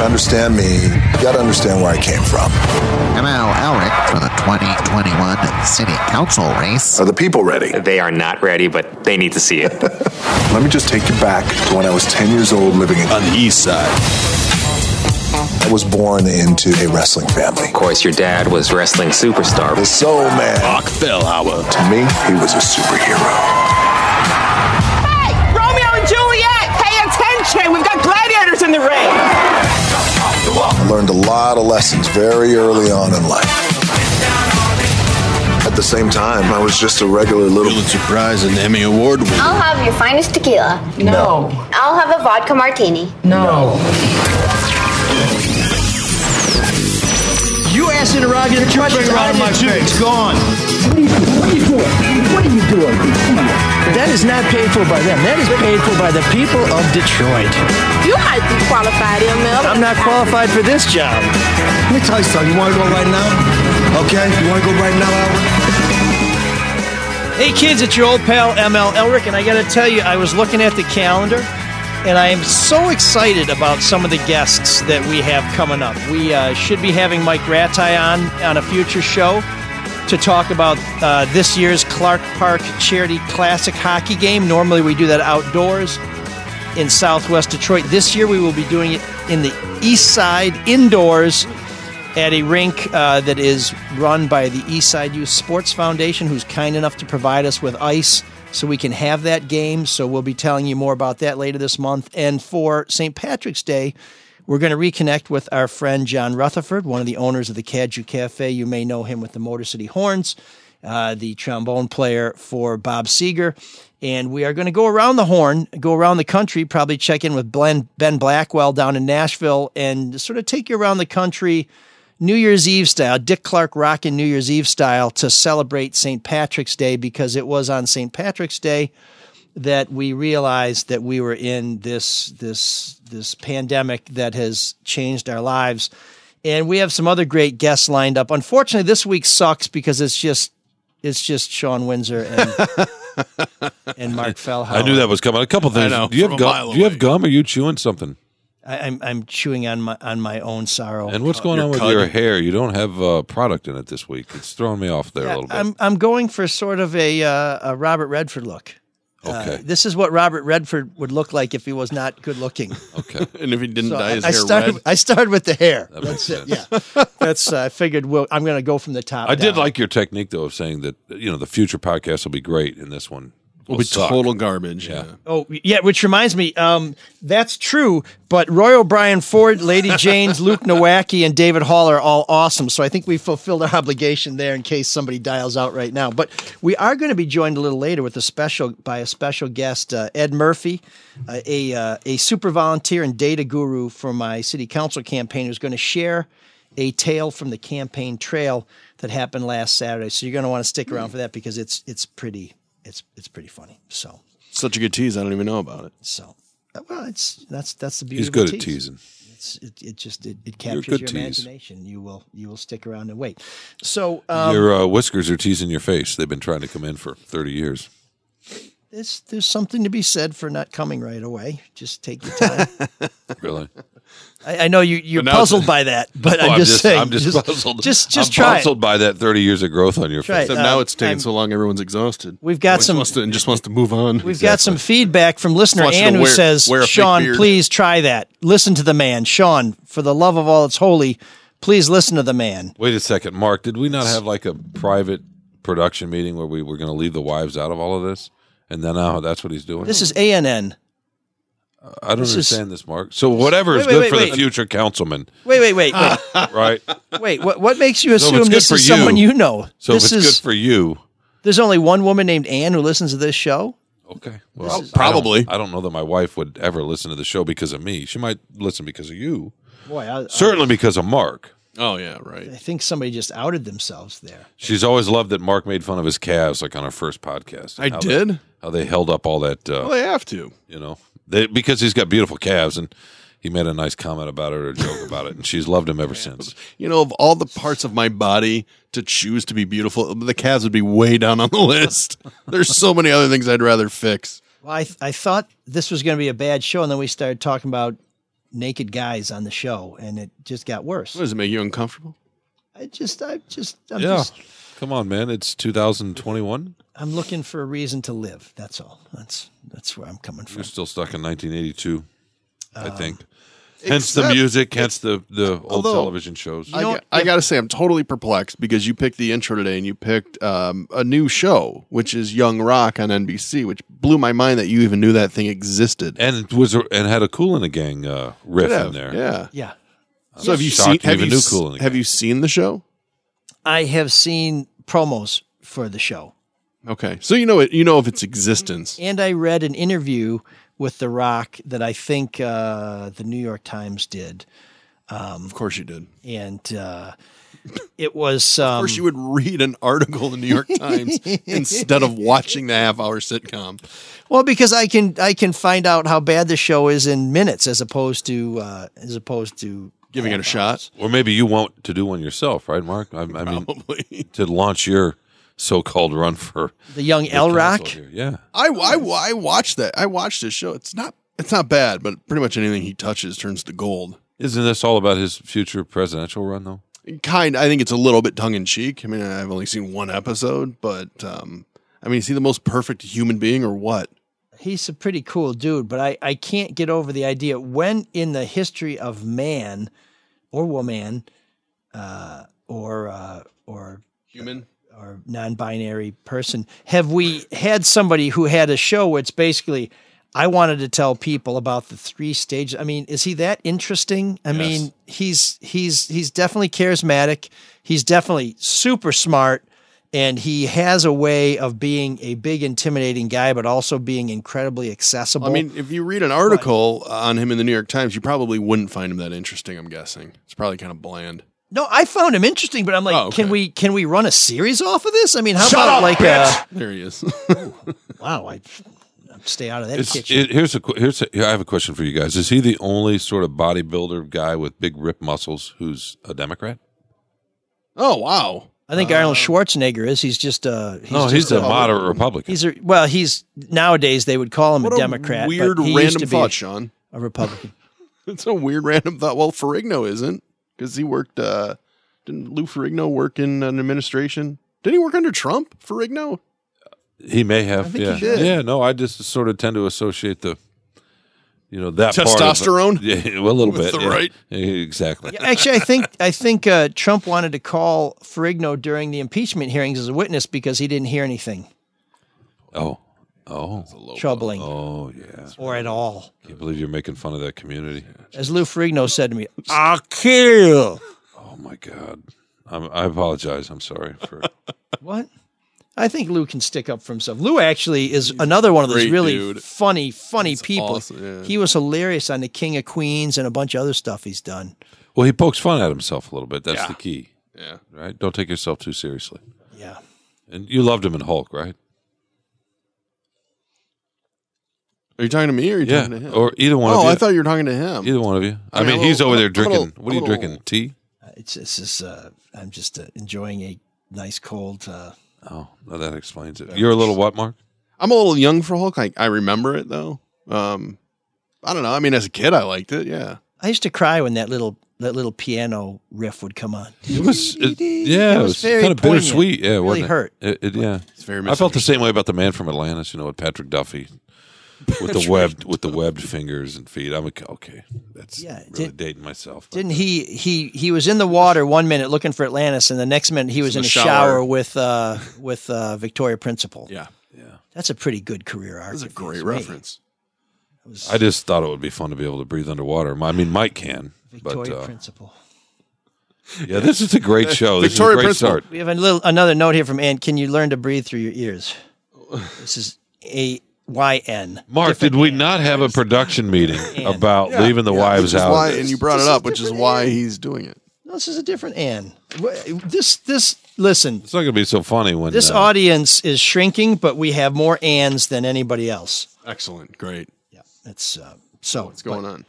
understand me, you got to understand where I came from. Emil Elric for the 2021 City Council race. Are the people ready? They are not ready, but they need to see it. Let me just take you back to when I was 10 years old living in. on the east side. I was born into a wrestling family. Of course, your dad was wrestling superstar. The Soul Man. Rockefeller. To me, he was a superhero. Hey, Romeo and Juliet, pay attention. We've got gladiators in the ring. I learned a lot of lessons very early on in life. At the same time, I was just a regular little. Pulitzer Prize and Emmy Award winner. I'll have your finest tequila. No. I'll have a vodka martini. No. You asked interrogative questions. I did too. It's gone. That is not paid for by them. That is paid for by the people of Detroit. You might be qualified, ML. I'm not qualified for this job. Let me tell you something. You want to go right now? Okay, you want to go right now, Albert? Hey kids, it's your old pal ML Elric, and I got to tell you, I was looking at the calendar, and I am so excited about some of the guests that we have coming up. We uh, should be having Mike Rattai on on a future show to talk about uh, this year's Clark Park Charity Classic hockey game. Normally, we do that outdoors in Southwest Detroit. This year, we will be doing it in the East Side indoors at a rink uh, that is run by the Eastside Youth Sports Foundation, who's kind enough to provide us with ice so we can have that game. So we'll be telling you more about that later this month. And for St. Patrick's Day, we're going to reconnect with our friend John Rutherford, one of the owners of the Cadu Cafe. You may know him with the Motor City Horns, uh, the trombone player for Bob Seeger. And we are going to go around the horn, go around the country, probably check in with Blen- Ben Blackwell down in Nashville and sort of take you around the country New Year's Eve style, Dick Clark rocking New Year's Eve style to celebrate St. Patrick's Day because it was on St. Patrick's Day that we realized that we were in this this this pandemic that has changed our lives. And we have some other great guests lined up. Unfortunately, this week sucks because it's just it's just Sean Windsor and and Mark Fellhauer. I knew that was coming. A couple things. know, do you from have a mile gum? Do you have away. gum? Are you chewing something? I, I'm I'm chewing on my on my own sorrow. And what's going you're on with cutting. your hair? You don't have uh, product in it this week. It's throwing me off there a little bit. I'm I'm going for sort of a uh, a Robert Redford look. okay. uh, This is what Robert Redford would look like if he was not good looking. okay. And if he didn't So dye I, his I hair started. red. I started with the hair. That makes sense. Yeah, that's. uh, I figured. Well, I'm going to go from the top. I did down. like your technique though of saying that you know the future podcast will be great and this one will, will be suck. total garbage. Yeah. yeah. Oh yeah, which reminds me. Um, that's true. But Roy O'Brien Ford, Lady Jane's, Luke Nowacki, and David Hall are all awesome. So I think we fulfilled our obligation there in case somebody dials out right now. But we are going to be joined a little later with a special by a special guest, uh, Ed Murphy, uh, a uh, a super volunteer and data guru for my city council campaign, who's going to share a tale from the campaign trail that happened last Saturday. So you're going to want to stick around for that because it's it's pretty it's it's pretty funny. So. Such a good tease. I don't even know about it. So, uh, well, it's that's that's the beauty. He's of a good at tease. teasing. It's, it, it just it, it captures your good tease. imagination. You will you will stick around and wait. So um, your uh, whiskers are teasing your face. They've been trying to come in for thirty years. there's there's something to be said for not coming right away. Just take your time. Really? I, I know you you're now it's- puzzled by that, but Oh, I'm, just, saying. I'm just, puzzled. Just just I'm try. it. puzzled by that thirty years of growth on your Try face. So Uh, now it's taking I'm- so long. Everyone's exhausted. We've got Everyone some- wants to- and just wants to move on. We've got some feedback from listener Flush it Ann who away- says, wear a fake Sean, beard." please try that. Listen to the man. Sean, for the love of all that's holy, please listen to the man. Wait a second, Mark. Did we not have like a private production meeting where we were going to leave the wives out of all of this? And then now that's what he's doing. This is ANN. I don't this is- understand this, Mark. So whatever Wait, is wait, good wait, for wait. the future councilman, Wait, wait, wait, wait. right? Wait, what, what makes you it's assume good this for is you. someone you know? So this if it's is good for you, there's only one woman named Anne who listens to this show. okay. Well, is- I Probably. don't, I don't know that my wife would ever listen to the show because of me. She might listen because of you. Boy, I, Certainly because of Mark. Oh yeah, right. I think somebody just outed themselves there. She's always loved that Mark made fun of his calves, like on our first podcast. and I how did. They, how they held up all that, uh, Well, they have to. you know, they, because he's got beautiful calves, and he made a nice comment about it or a joke about it, and she's loved him ever since. You know, of all the parts of my body to choose to be beautiful, the calves would be way down on the list. There's so many other things I'd rather fix. Well, I, I thought this was going to be a bad show, and then we started talking about naked guys on the show, and it just got worse. What does it make you uncomfortable? I just, I just, I'm yeah. just, Come on, man. It's 2021. I'm looking for a reason to live. That's all. That's that's where I'm coming from. You're still stuck in 1982, I Uh, think. Hence the music, hence the, the old although- television shows. I, ga- I gotta say, I'm totally perplexed because you picked the intro today and you picked um, a new show, which is Young Rock on NBC, which blew my mind that you even knew that thing existed. and it was a- and had a Cool in a Gang uh, riff in there. Yeah. Yeah, So have you shocked seen? you Have even you, knew s- Cool in the have Gang. you seen the show? I have seen promos for the show, Okay, so you know it. You know of its existence. and I read an interview with The Rock that I think uh, the New York Times did, Of course you did. and uh, it was um, Of course you would read an article in the New York Times instead of watching the half-hour sitcom. well because I can I can find out how bad the show is in minutes as opposed to uh, as opposed to Giving it a shot, Or maybe you want to do one yourself, right, Mark? I, I mean, probably. to launch your so-called run for the young L Rock. council here. Yeah, I, I, I watched that. I watched this show. It's not it's not bad, but pretty much anything he touches turns to gold. isn't this all about his future presidential run though? Kind. I think it's a little bit tongue in cheek. I mean, I've only seen one episode, but um, I mean, is he the most perfect human being or what? he's a pretty cool dude, but I, I can't get over the idea when in the history of man or woman uh, or uh, or Human. or non-binary person have we had somebody who had a show where it's basically I wanted to tell people about the three stages. I mean, is he that interesting? I mean, he's he's he's definitely charismatic. He's definitely super smart and he has a way of being a big intimidating guy but also being incredibly accessible. I mean, if you read an article on him in the New York Times, you probably wouldn't find him that interesting. I'm guessing it's probably kind of bland. No, I found him interesting, but I'm like, Oh, okay. can we can we run a series off of this? I mean, how about like uh There he is. wow, I I'd stay out of that It's, kitchen. it, here's a qu- here's a, here, I have a question for you guys. Is he the only sort of bodybuilder guy with big rip muscles who's a Democrat? oh wow. I think Arnold Uh, Schwarzenegger is. He's just a he's Oh, no, just he's a, a moderate Republican. he's a well, he's nowadays they would call him a Democrat. but weird he used random to be thought, Sean. A Republican. It's a weird random thought. Well, Ferrigno isn't because he worked. uh Didn't Lou Ferrigno work in an administration? Did he work under Trump? Ferrigno? he may have. think yeah, he did. yeah. No, I just sort of tend to associate the. You know that Testosterone? Part of, yeah, well, a little With bit. the yeah. right? Yeah, exactly. Actually, I think I think uh, Trump wanted to call Ferrigno during the impeachment hearings as a witness because he didn't hear anything Oh, oh, troubling oh, yeah. or at all. Can't believe you're making fun of that community. As Lou Ferrigno said to me, "I'll kill." you." Oh my God. I'm, I apologize. I'm sorry for. What? I think Lou can stick up for himself. Lou actually is another one of those great really dude. funny, funny people. awesome, yeah. He was hilarious on The King of Queens and a bunch of other stuff he's done. Well, he pokes fun at himself a little bit. That's the key, Yeah. right? Don't take yourself too seriously. Yeah. And you loved him in Hulk, right? Are you talking to me or are you Yeah. talking to him? Or either one oh, of you. I thought you were talking to him. either one of you. I, I mean, mean, a he's little- over a there drinking. little- what are you a drinking? little- Tea? Uh, It's this is uh, I'm just uh, enjoying a nice cold. Uh, Oh, no, that explains it. You're a little what, Mark? I'm a little young for Hulk. I, I remember it though. Um, I don't know. I mean, as a kid, I liked it. Yeah. I used to cry when that little that little piano riff would come on. It was, it- yeah, it was was, very kind of poignant. bittersweet. Yeah, Really wasn't it? hurt. It, it- yeah, it's very I felt the same way about the man from Atlantis. You know, with Patrick Duffy, with the webbed with the webbed fingers and feet. I'm like, okay, that's Yeah, really did- dating myself. Didn't he? He he was in the water one minute looking for Atlantis, and the next minute he was in, in a the shower, shower. with uh, with uh, Victoria Principal. Yeah. That's a pretty good career arc. That's a if you great ask me. reference. I just thought it would be fun to be able to breathe underwater. I mean, Mike can, but Victoria uh, Principal. yeah, this is a great show. This is Victoria a great Principal. start. We have a little another note here from Ann. Can you learn to breathe through your ears? This is a Y N. Mark, did we not have a production meeting about leaving the Yeah, wives which is out? of why- this? and you brought This it is up, which is different why Ann. he's doing it. No, this is a different Ann. Wh- This this listen. It's not going to be so funny when This uh, audience is shrinking, but we have more Anns than anybody else. Excellent. Great. Yeah, that's uh, so. What's going on?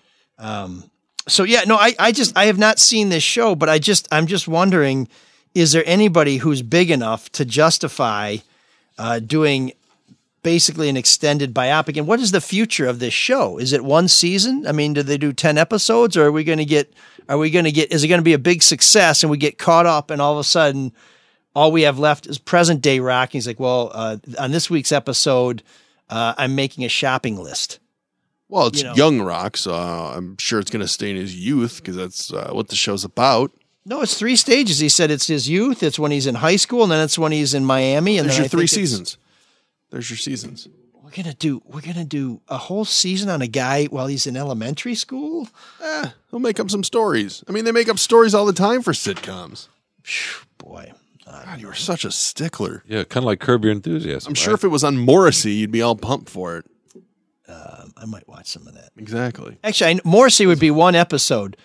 So yeah, no, I I just I have not seen this show, but I just I'm just wondering, is there anybody who's big enough to justify uh, doing basically an extended biopic. And what is the future of this show? Is it one season? I mean, do they do 10 episodes or are we going to get, are we going to get, is it going to be a big success and we get caught up and all of a sudden all we have left is present day rock? And he's like, well, uh, on this week's episode, uh, I'm making a shopping list. Well, it's You know. young rock, so uh, I'm sure it's going to stay in his youth because that's uh, what the show's about. No, it's three stages. He said it's his youth, it's when he's in high school, and then it's when he's in Miami. And There's then your I three think it's- seasons. There's your seasons. We're gonna do we're gonna do a whole season on a guy while he's in elementary school. He'll make up some stories. I mean, they make up stories all the time for sitcoms. Boy, God, you are such a stickler. Yeah, kind of like Curb Your Enthusiasm. I'm sure if it was on Morrissey, you'd be all pumped for it. I might watch some of that. Exactly. Actually, I, kn- Morrissey would be one episode.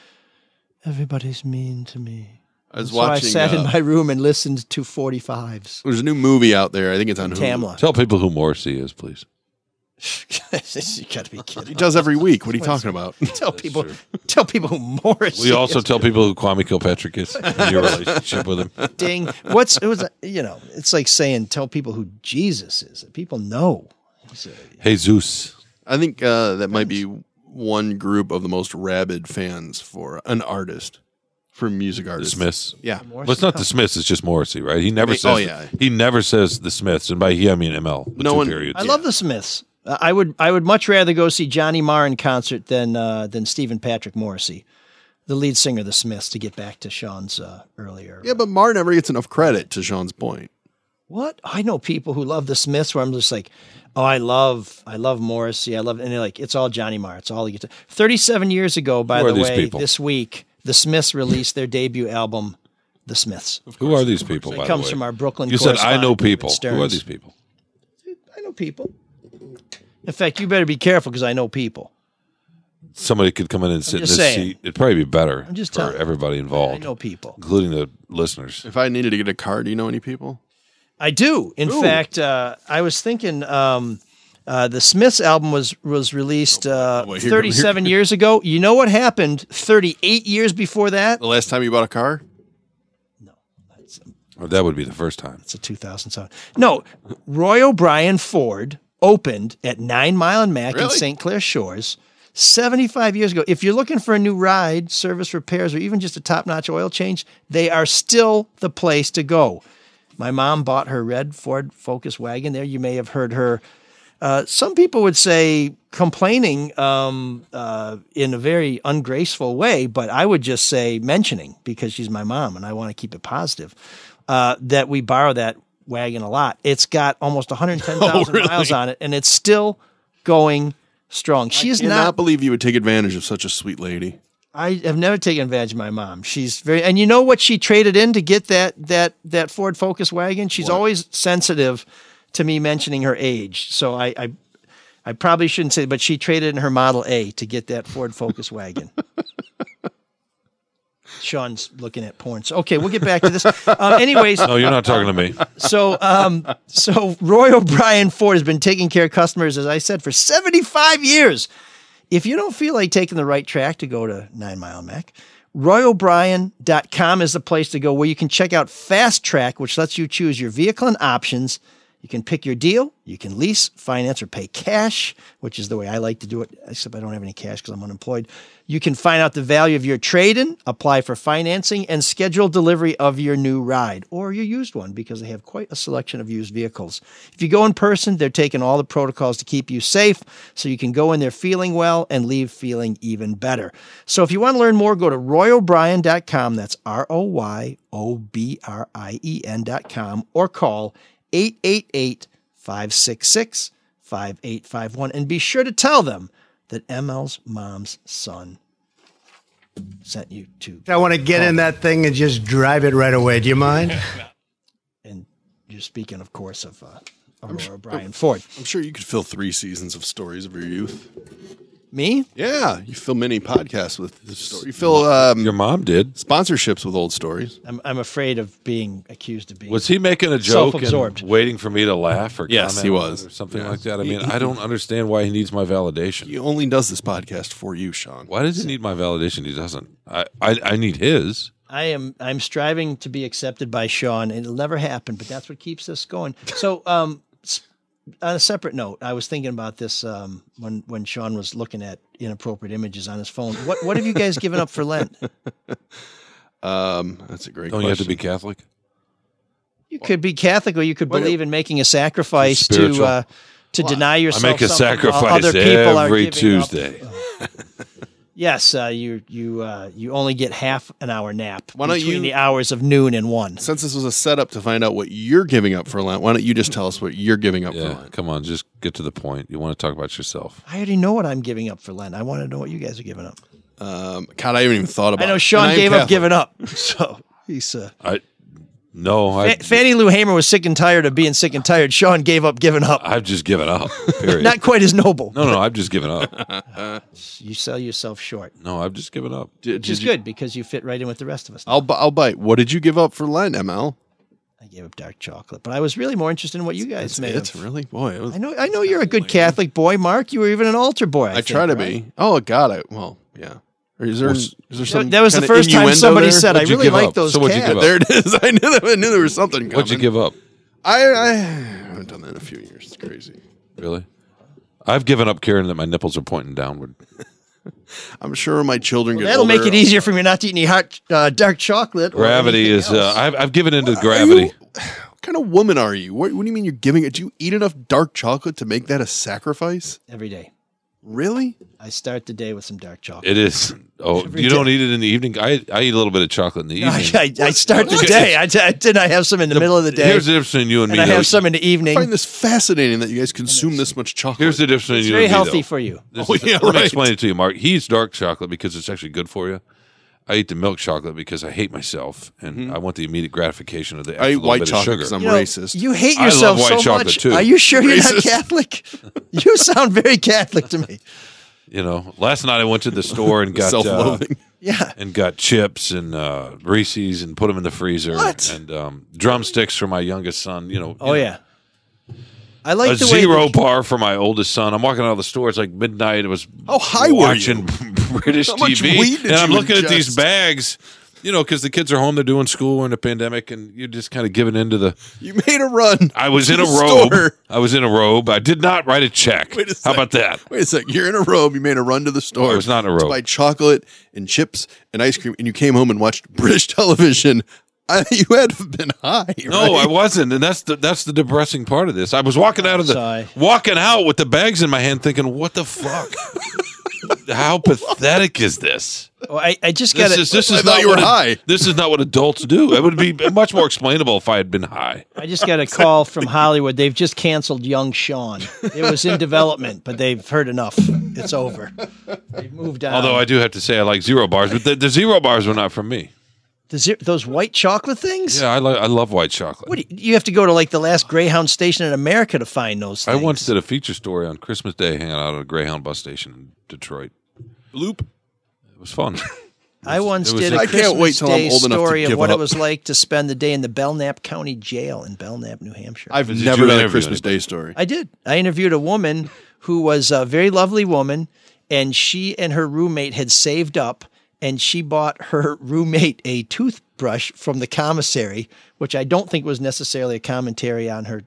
Everybody's mean to me. I was So I watching. sat uh, in my room and listened to 45s. there's a new movie out there. I think it's on Hulu. Tamla. Tell people who Morrissey is, please. you gotta be He kidding. does every week. What are you talking about? tell people tell people who Morrissey We also is. tell people who Kwame Kilpatrick is and your relationship with him. ding. What's it was you know, it's like saying tell people who Jesus is. People know. He's a- Jesus. I think uh, that might be one group of the most rabid fans for an artist, for music artists. Dismiss. Yeah. Well, it's not the Smiths. It's just Morrissey, right? He never Ma- says. oh, yeah. He never says the Smiths, and by he I mean ML. With No two one- Periods. I love the Smiths. Uh, I would I would much rather go see Johnny Marr in concert than uh, than Stephen Patrick Morrissey, the lead singer of the Smiths. To get back to Sean's uh, earlier, Yeah, but Mar never gets enough credit to Sean's point. what I know people who love the Smiths, where I'm just like, oh, I love I love Morrissey, I love, and they're like, it's all Johnny Marr, it's all you get. To. Thirty seven years ago, by Who are the these way, people? this week the Smiths released their debut album, The Smiths. Who are these people? It Oh, by the comes way? from our Brooklyn You said I know correspondent, David people. Who are Stearns. these people? I know people. In fact, you better be careful because I know people. Somebody could come in and sit in just this saying. seat. It'd probably be better I'm just for telling you. everybody I involved, know people. including the listeners. If I needed to get a car, do you know any people? I do. In fact, uh, I was thinking um, uh, the Smiths album was was released uh, Oh, boy, here we go, 37 years ago. You know what happened 38 years before that? The last time you bought a car? That's Or that would be the first time. that's a 2007. No, Roy O'Brien Ford opened at Nine Mile and Mac in Really? St. Clair Shores 75 years ago. If you're looking for a new ride, service repairs, or even just a top notch oil change, they are still the place to go. My mom bought her red Ford Focus wagon there. You may have heard her. Uh, some people would say complaining um, uh, in a very ungraceful way, but I would just say mentioning because she's my mom and I want to keep it positive uh, that we borrow that wagon a lot. It's got almost 110,000 Oh, miles on it and it's still going strong. She is I cannot not, believe you would take advantage of such a sweet lady. I have never taken advantage of my mom. She's very, and you know what she traded in to get that that that Ford Focus wagon. She's always sensitive to me mentioning her age, so I, I I probably shouldn't say, but she traded in her Model A to get that Ford Focus wagon. Sean's looking at porn. So, okay, we'll get back to this. Um, anyways, No, Oh, you're not talking to me. so um so Roy O'Brien Ford has been taking care of customers as I said for 75 years. If you don't feel like taking the right track to go to 9 Mile Mac, royobrien.com is the place to go where you can check out Fast Track which lets you choose your vehicle and options. You can pick your deal, you can lease, finance or pay cash, which is the way I like to do it except I don't have any cash cuz I'm unemployed. You can find out the value of your trade-in, apply for financing and schedule delivery of your new ride or your used one because they have quite a selection of used vehicles. If you go in person, they're taking all the protocols to keep you safe so you can go in there feeling well and leave feeling even better. So if you want to learn more, go to royobrien.com. That's R O Y O B R I E N.com or call 888 566 5851 and be sure to tell them that ML's mom's son sent you to I want to get in that thing and just drive it right away. Do you mind? and you're speaking, of course, of uh, Aurora Brian Ford. I'm sure you could fill three seasons of stories of your youth. Me? Yeah, you fill many podcasts with the story. You fill um, Your mom did. sponsorships with old stories. I'm, I'm afraid of being accused of being. Was he making a joke and Self-absorbed. waiting for me to laugh or Yes, comment he was. or something like that? I mean, I don't understand why he needs my validation. He only does this podcast for you, Sean. Why does he need my validation? He doesn't. I, I, I need his. I am I'm striving to be accepted by Sean, and it'll never happen. But that's what keeps us going. So, um, s- on a separate note, I was thinking about this um, when when Sean was looking at inappropriate images on his phone. What what have you guys given up for Lent? Um, that's a great Don't you have to question. be Catholic? You could be Catholic, or you could Well, believe in making a sacrifice to Spiritual. uh, to Well, deny I yourself. make a something while sacrifice other people are every giving up. Tuesday. Yes, uh, you you uh, you only get half an hour nap Why don't between you- the hours of noon and one. Since this was a setup to find out what you're giving up for Lent, why don't you just tell us what you're giving up for Yeah, Lent? come on, just get to the point. You want to talk about yourself? I already know what I'm giving up for Lent. I want to know what you guys are giving up. Um, God, I haven't even thought about. I it. know And Sean am gave up Catholic. giving up, so he's. Uh, I no, I, Fa- Fannie Lou Hamer was sick and tired of being sick and tired. Sean gave up giving up. I've just given up. Period. Not quite as noble. no, no, I've just given up. You sell yourself short, No, I've just given up. Did- which is did you- good because you fit right in with the rest of us. I'll bu- I'll bite. What did you give up for Lent, ML? I gave up dark chocolate, but I was really more interested in what you guys made. It's of. really boy. It was, I know. I know you're a good Catholic boy, Mark. You were even an altar boy. I, I think, try to right? be. Oh God, I well yeah. Or Is there, is there some that was the kinda first time innuendo somebody there? said, "I What'd you really give like up? those So what'd you cats." give up? There it is. I knew that. I knew there was something. Coming. What'd you give up? I, I haven't done that in a few years. It's crazy. Really? I've given up caring that my nipples are pointing downward. I'm sure when my children get That'll older, make it easier for me not to eat any hot uh, dark chocolate. or Gravity anything is. Uh, else. I've, I've given into Are gravity. you- what kind of woman are you? What, what do you mean you're giving it? Do you eat enough dark chocolate to make that a sacrifice? every day. Really? I start the day with some dark chocolate. It is. Oh, Every you day. don't eat it in the evening. I I eat a little bit of chocolate in the evening. I, I, I start the What? day. I, I did. I have some in the, middle of the day, Here's the difference between you and, and me. I though. have some in the I evening. find this fascinating that you guys consume this much chocolate. Here's the difference between It's you very and me. healthy though. for you. This Oh, is- yeah, Let right. me explain it to you, Mark. He's dark chocolate because it's actually good for you. I eat the milk chocolate because I hate myself and Mm-hmm. I want the immediate gratification of the extra I eat little white bit chocolate of because sugar. I'm You know, racist. You hate I love yourself white so chocolate, much. too. Are you sure you're Racist. not Catholic? you sound very Catholic to me. You know, last night I went to the store and got uh, Self-loathing. Yeah. and got chips and uh, Reese's and put them in the freezer What? and um, drumsticks for my youngest son. You know, Oh you know, yeah. I like a the zero way that- bar for my oldest son. I'm walking out of the store. It's like midnight. It was How high were watching British How much TV, weed did and I'm you looking at these ingest? bags. You know, because the kids are home, they're doing school, we're in a pandemic, and you're just kind of giving into the. You made a run. I was in a to the robe. store. I was in a robe. I did not write a check. Wait a How sec. about that? Wait a sec. You're in a robe. You made a run to the store. I was not in a to robe. buy chocolate and chips and ice cream, and you came home and watched British television. I, you had to have been high. No, I right? wasn't, and that's the that's the depressing part of this. I was walking out of the Sigh. walking out with the bags in my hand, thinking, "What the fuck? How pathetic is this? Oh, I, I just got This is to. this I is thought not you were what ad- high. This is not what adults do. It would be much more explainable if I had been high. I just got a call from Hollywood. They've just canceled Young Sean. It was in development, but they've heard enough. It's over. They've moved on. Although I do have to say, I like zero bars, but the, the zero bars were not for me. The ze- those white chocolate things. Yeah, I like I love white chocolate. What do you, you have to go to like the last Greyhound station in America to find those. I Things. once did a feature story on Christmas Day, hanging out at a Greyhound bus station in Detroit. Bloop. It was fun. I once it was did a a- I can't Christmas wait till I'm Day old enough to story of give what it up. was like to spend the day in the Belknap County Jail in Belknap, New Hampshire. I've Did never you done a interview Christmas anybody? Day story. I did. I interviewed a woman who was a very lovely woman, and she and her roommate had saved up, and she bought her roommate a toothbrush from the commissary, which I don't think was necessarily a commentary on her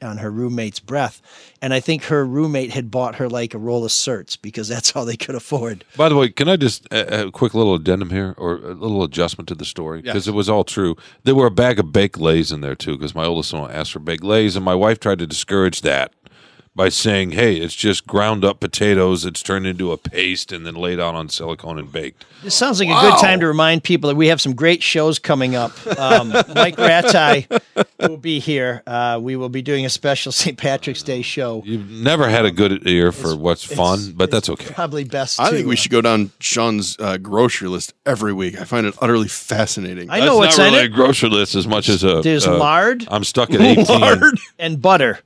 on her roommate's breath. And I think her roommate had bought her like a roll of certs because that's all they could afford. By the way, can I just uh, a quick little addendum here or a little adjustment to the story because it was all true. There were a bag of baked lays in there too because my oldest son asked for baked lays, and my wife tried to discourage that by saying, "Hey, it's just ground up potatoes. It's turned into a paste and then laid out on silicone and baked." This sounds like a good time to remind people that we have some great shows coming up. Um, Mike Rattai will be here. Uh, we will be doing a special St. Patrick's Day show. You've never had a good ear for what's it's- fun, but that's it's okay. Probably best. I to, think we uh, should go down Sean's uh, grocery list every week. I find it utterly fascinating. I know That's what's not in really a it. grocery list as much as a. There's uh, lard I'm stuck at 18. and butter.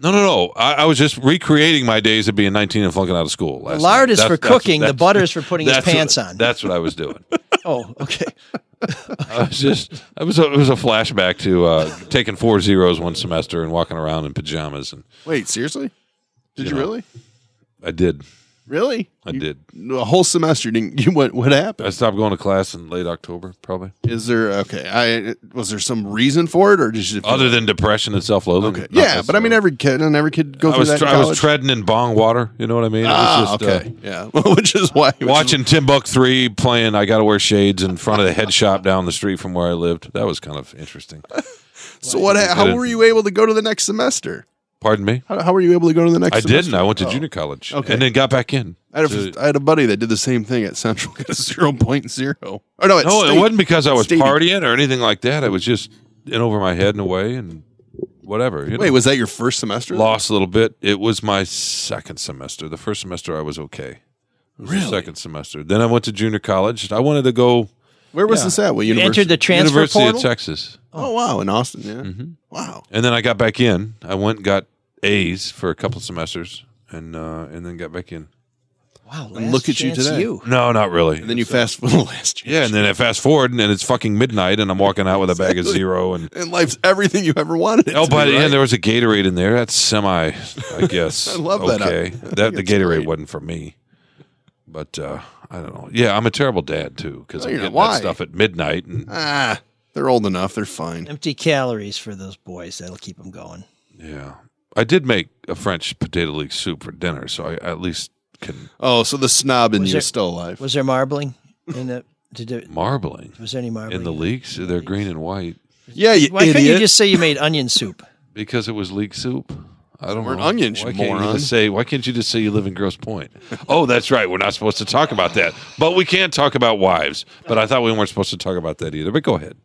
No, no, no. I, I was just recreating my days of being 19 and flunking out of school. Last Lard night. is for cooking, the butter is for putting his that's what- pants on. That's what I was doing. Oh, okay. I was just. I was. A, it was a flashback to uh, taking four zeros one semester and walking around in pajamas, and Wait, seriously? Did you, know. really? I did. Really? I You- did. A whole semester didn't you what what I happened? stopped going to class in late October, probably. Is there okay, I was there some reason for it or just you feel- Other than depression and self-loathing. Okay. Not Yeah, but I mean necessarily. every kid and every kid go I through was that. tr- in I was college. treading in bong water. You know what I mean? It was Ah, just, uh, okay. yeah. which is why which is- Watching Timbuk Three playing, I got to wear shades in front of the head shop down the street from where I lived. That was kind of interesting. So what ha- how were you able to go to the next semester? Pardon me. How, how were you able to go to the next I semester? didn't. I went to Oh. junior college, Okay. and then got back in. I had, to- a, I had a buddy that did the same thing at Central, got a 0.0. Or Oh, no, at no, State. it wasn't because I was State. partying or anything like that. I was just in over my head in a way, and whatever. you know. Wait, was that your first semester? lost a little bit. It was my second semester. The first semester I was okay. It was the second semester. Then I went to junior college. I wanted to go Where was this at? What You university? entered the transfer University portal. of Texas. Oh wow, in Austin, yeah. Mm-hmm. Wow. And then I got back in. I went and got A's for a couple semesters, and uh, and then got back in. Wow, And last look at you chance today. No, not really. And then you fast forward last year. yeah, and then I fast forward, and it's fucking midnight, and I'm walking out with a bag of zero, and and life's everything you ever wanted. it oh, to by be, the end right? there was a Gatorade in there. That's semi, I guess. I love that. Okay, I- I that, think the it's Gatorade great. wasn't for me, but uh, I don't know. Yeah, I'm a terrible dad too because No, I'm you're not. getting Why? that stuff at midnight, and ah, they're old enough. They're fine. Empty calories for those boys. That'll keep them going. yeah, I did make a French potato leek soup for dinner, so I at least can Oh, so the snob in Was you there- is still alive. Was there marbling in the? Did there, marbling. was there any marbling in the leeks. They're green and white yeah, you Why couldn't idiot. you just say you made onion soup? because it was leek soup. I don't We're an know. onion, why can't moron. You just say why can't you just say you live in Gross Point? oh, that's right. We're not supposed to talk about that, but we can talk about wives. But I thought we weren't supposed to talk about that either. But go ahead.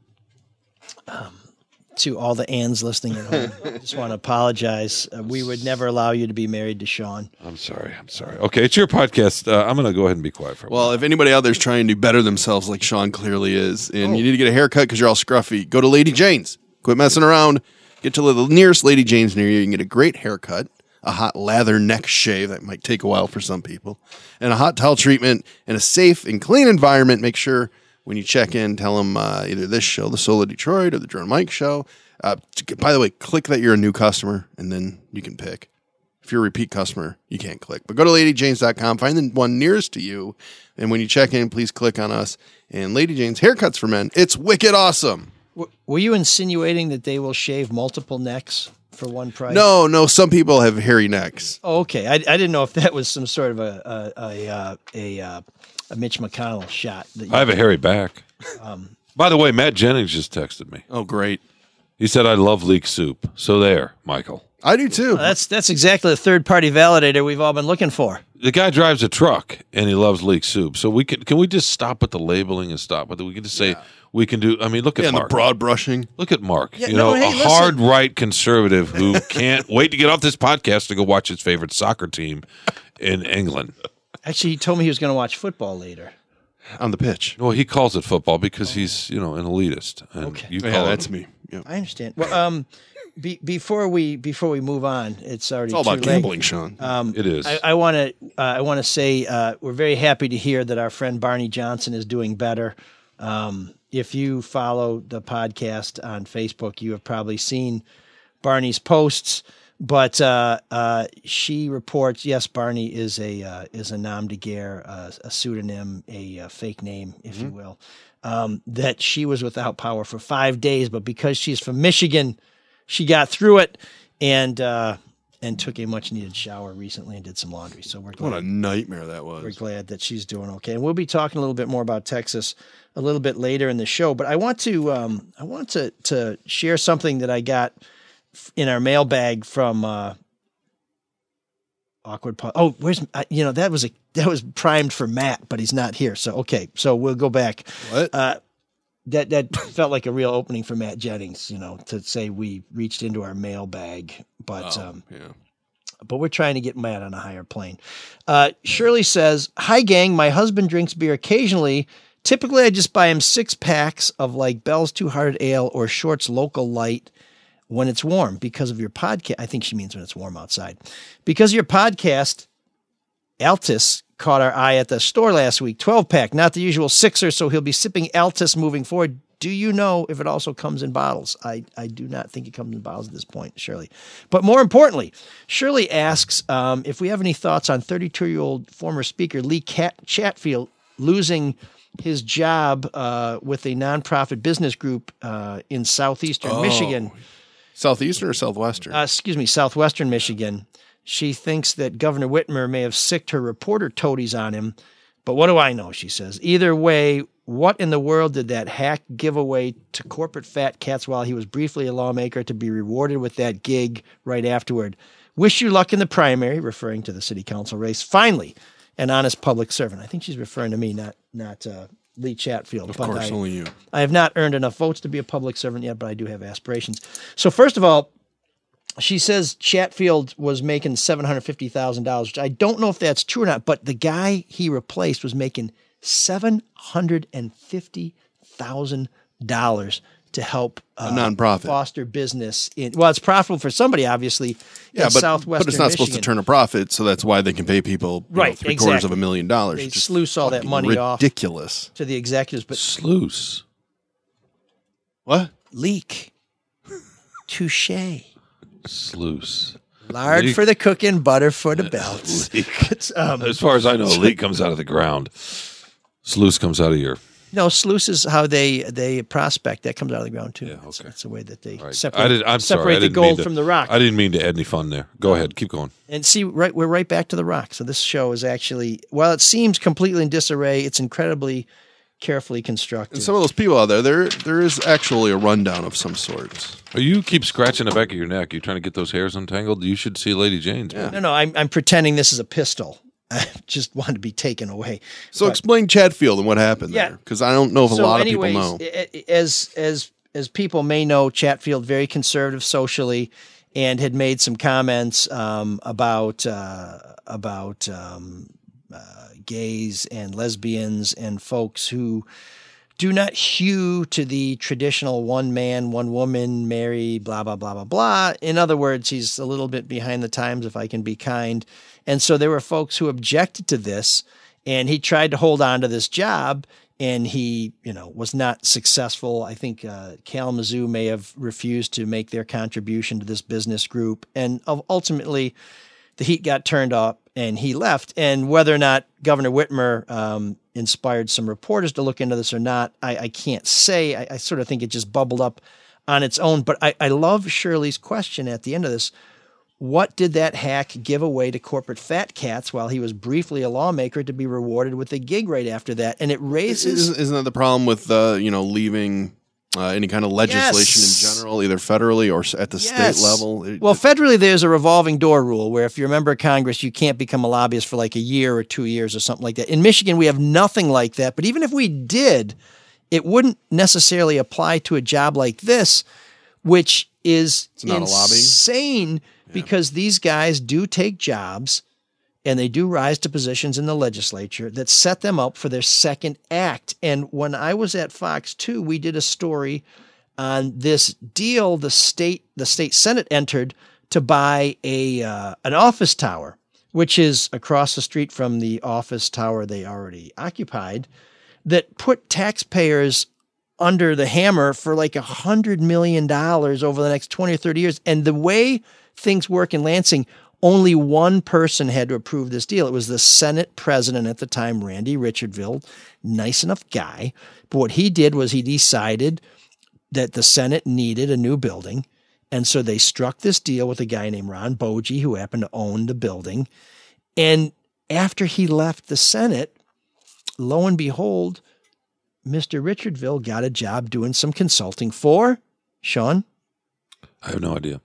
To all the Anns listening at home, I just want to apologize. Uh, we would never allow you to be married to Sean. I'm sorry. I'm sorry. Okay, it's your podcast. Uh, I'm going to go ahead and be quiet for a well, if anybody out there's trying to better themselves like Sean clearly is, and you need to get a haircut because you're all scruffy, go to Lady Jane's. Quit messing around. Get to the nearest Lady Jane's near you. You can get a great haircut, a hot lather neck shave that might take a while for some people, and a hot towel treatment in a safe and clean environment. Make sure when you check in, tell them uh, either this show, the Soul of Detroit, or the Drone Mike show. Uh, t- by the way, click that you're a new customer, and then you can pick. If you're a repeat customer, you can't click. But go to ladyjanes.com, find the one nearest to you, and when you check in, please click on us and Lady Jane's haircuts for men. It's wicked awesome. W- were you insinuating that they will shave multiple necks for one price? No, no, some people have hairy necks. Oh, okay. I, I didn't know if that was some sort of a a a, uh, a, uh a Mitch McConnell shot. That Uh, you, I have a hairy back. By the way, Matt Jennings just texted me. Oh, great. He said I love leek soup. So there, Michael. I do too. that's that's exactly the third party validator we've all been looking for. the guy drives a truck and he loves leek soup. So we can can we just stop with the labeling and stop with it? We can just say we can do. I mean, look at yeah, and the Mark. broad brushing. look at Mark. you no, know, hey, a listen. hard right conservative who can't wait to get off this podcast to go watch his favorite soccer team in England. Actually, he told me he was going to watch football later. On the pitch. Well, he calls it football because he's you know an elitist. And Okay. you call Yeah, it- that's me. Yeah. I understand. Well, um, be, before we before we move on, it's already It's all about too late. gambling, Sean. It is. um, I- I want to uh, I want to say uh, we're very happy to hear that our friend Barney Johnson is doing better. Um, if you follow the podcast on Facebook, you have probably seen Barney's posts. But uh, uh, she reports, yes, Barney is a uh, is a nom de guerre, uh, a pseudonym, a, uh fake name, if you will. Um, that she was without power for five days, but because she's from Michigan, she got through it and uh, and took a much needed shower recently and did some laundry. So we're what glad, a nightmare that we're was. glad that she's doing okay. And we'll be talking a little bit more about Texas a little bit later in the show. But I want to um, I want to to share something that I got f- in our mailbag from uh, awkward pause. Oh, where's I- you know that was a that was primed for Matt, but he's not here. So okay, so we'll go back What? that that felt like a real opening for Matt Jennings, you know, to say we reached into our mailbag, but um, yeah. but we're trying to get Matt on a higher plane. Uh, Shirley says, "Hi gang, my husband drinks beer occasionally. Typically, I just buy him six packs of like Bell's Two Hearted Ale or Short's Local Light." When it's warm, because of your podcast, I think she means when it's warm outside. Because of your podcast, Altus caught our eye at the store last week. 12 pack, not the usual sixer, so he'll be sipping Altus moving forward. Do you know if it also comes in bottles? I, I do not think it comes in bottles at this point, Shirley. But more importantly, Shirley asks um, if we have any thoughts on 32 year old former Speaker Lee Cat- Chatfield losing his job uh, with a nonprofit business group uh, in southeastern Michigan Southeastern or Southwestern? uh, excuse me, southwestern Michigan. She thinks that Governor Whitmer may have sicked her reporter toadies on him, but what do I know? She says. Either way, what in the world did that hack give away to corporate fat cats while he was briefly a lawmaker to be rewarded with that gig right afterward? Wish you luck in the primary, referring to the city council race. Finally, an honest public servant. I think she's referring to me, not not uh, Lee Chatfield. of course, I, only you. I have not earned enough votes to be a public servant yet, but I do have aspirations. So first of all, she says Chatfield was making seven hundred fifty thousand dollars, which I don't know if that's true or not. But the guy he replaced was making seven hundred and fifty thousand dollars to help uh, nonprofit. foster business. In well, it's profitable for somebody, obviously. in Yeah, but, southwestern but it's not supposed to Michigan. turn a profit, so that's why they can pay people you know, Right, three quarters of exactly. a million dollars. They It's just sluice all that fucking money off. Ridiculous. to the executives, but Sluice. What? leak, touche. Sluice. Lard Leak. for the cooking, butter for the belts. Leak. It's, um, As far as I know, a leak comes out of the ground. Sluice comes out of your. no, sluice is how they they prospect. That comes out of the ground too. Yeah, that's, okay. that's the way that they Right. separate. I did, I'm separate sorry. I the didn't mean gold to- from the rock. I didn't mean to add any fun there. Go ahead. Keep going. And see, right, we're right back to the rock. So this show is actually, while it seems completely in disarray, it's incredibly carefully constructed. And some of those people out there, there there is actually a rundown of some sorts. Oh, You keep scratching the back of your neck. You trying to get those hairs untangled? You should see Lady Jane's. no, no, I'm, I'm pretending this is a pistol. I just want to be taken away. So explain Chatfield and what happened Yeah. there, because I don't know if a lot anyways, of people know. a- a- As as as people may know, Chatfield very conservative socially, and had made some comments um, about uh, about um, uh, gays and lesbians and folks who do not hew to the traditional one man, one woman, marry, blah, blah, blah, blah, blah. In other words, he's a little bit behind the times, if I can be kind. And so there were folks who objected to this, and he tried to hold on to this job. And he, you know, was not successful. I think uh, Kalamazoo may have refused to make their contribution to this business group, and uh, ultimately, the heat got turned up and he left. And whether or not Governor Whitmer um, inspired some reporters to look into this or not, I, I can't say. I, I sort of think it just bubbled up on its own. But I, I love Shirley's question at the end of this. What did that hack give away to corporate fat cats while he was briefly a lawmaker to be rewarded with a gig right after that? And it raises Isn't, isn't that the problem with uh, you know leaving uh, any kind of legislation Yes. in general, either federally or s- at the Yes. state level? It- well, federally, there's a revolving door rule where if you're a member of Congress, you can't become a lobbyist for like a year or two years or something like that. In Michigan, we have nothing like that. But even if we did, it wouldn't necessarily apply to a job like this, which is not a lobby. insane because these guys do take jobs and they do rise to positions in the legislature that set them up for their second act. And when I was at Fox 2, we did a story on this deal the state the state senate entered to buy a uh, an office tower, which is across the street from the office tower they already occupied, that put taxpayers under the hammer for like a hundred million dollars over the next 20 or 30 years. And the way things work in Lansing, only one person had to approve this deal. It was the Senate president at the time, Randy Richardville, nice enough guy. But what he did was he decided that the Senate needed a new building. And so they struck this deal with a guy named Ron Boji, who happened to own the building. And after he left the Senate, lo and behold, Mr. Richardville got a job doing some consulting for Sean I have no idea.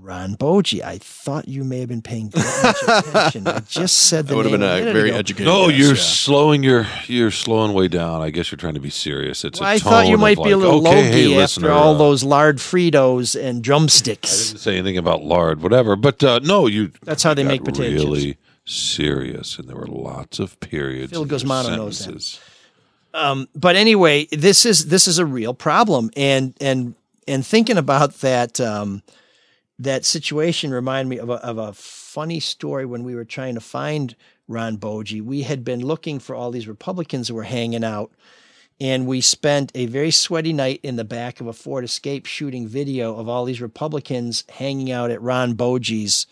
Ron Boji. I thought you may have been paying that much attention. I just said that that would have been a very ago. educated. No, guess, you're yeah. slowing your you're slowing way down. I guess you're trying to be serious. It's. Well, a I thought you tone might of be a like, little okay, logy hey, after listener, all uh, those lard Fritos and drumsticks. Didn't say anything about lard, whatever. But uh, no, you. That's how they got make potato chips. really serious, and there were lots of periods. Phil in your Guzmano knows that. sentences. but anyway, this is this is a real problem, and and and thinking about that um, that situation reminded me of a, of a funny story when we were trying to find Ron Boji. We had been looking for all these Republicans who were hanging out And we spent a very sweaty night in the back of a Ford Escape shooting video of all these Republicans hanging out at Ron Bogey's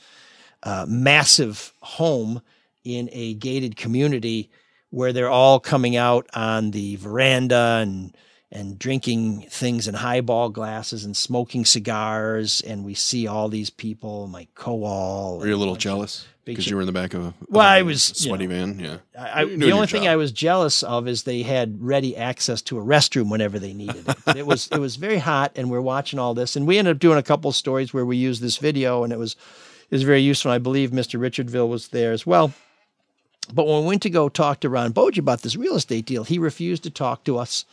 uh, massive home in a gated community where they're all coming out on the veranda and and drinking things in highball glasses and smoking cigars and we see all these people Mike Kowal Were you a little jealous Big because shit. you were in the back of a Well, of a I was, you sweaty van? Yeah, Uh, I, I- You're doing the your only thing job. I was jealous of is they had ready access to a restroom whenever they needed it. it was it was very hot, and we're watching all this, and we ended up doing a couple stories where we used this video, and it was it was very useful. I believe Mr. Richardville was there as well. But when we went to go talk to Ron Boge about this real estate deal, he refused to talk to us.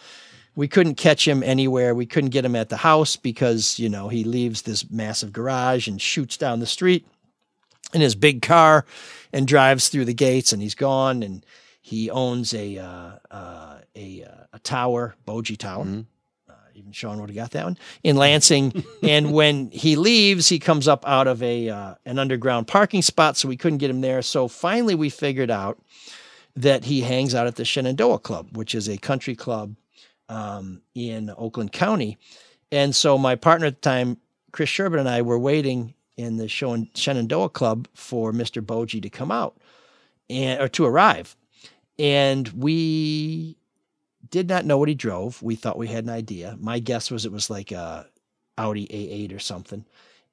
We couldn't catch him anywhere. We couldn't get him at the house because you know he leaves this massive garage and shoots down the street in his big car and drives through the gates and he's gone and he owns a uh, uh, a, uh, a tower boji tower uh, even sean would have got that one in lansing and when he leaves he comes up out of a uh, an underground parking spot so we couldn't get him there so finally we figured out that he hangs out at the shenandoah club which is a country club um, in Oakland County. And so my partner at the time, Chris Sherbert, and I were waiting in the show in Shenandoah Club for Mr. Boji to come out and or to arrive. And we did not know what he drove. We thought we had an idea. My guess was it was like a Audi A8 or something.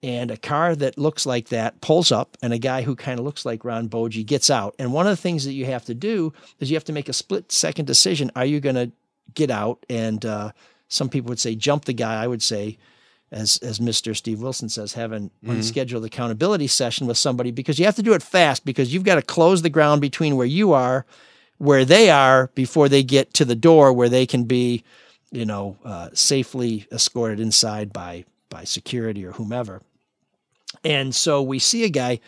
And a car that looks like that pulls up, and a guy who kind of looks like Ron Boji gets out. And one of the things that you have to do is you have to make a split second decision. Are you going to get out and uh, some people would say jump the guy i would say as as mr steve wilson says have an unscheduled accountability session with somebody because you have to do it fast because you've got to close the ground between where you are where they are before they get to the door where they can be you know uh, safely escorted inside by by security or whomever and so we see a guy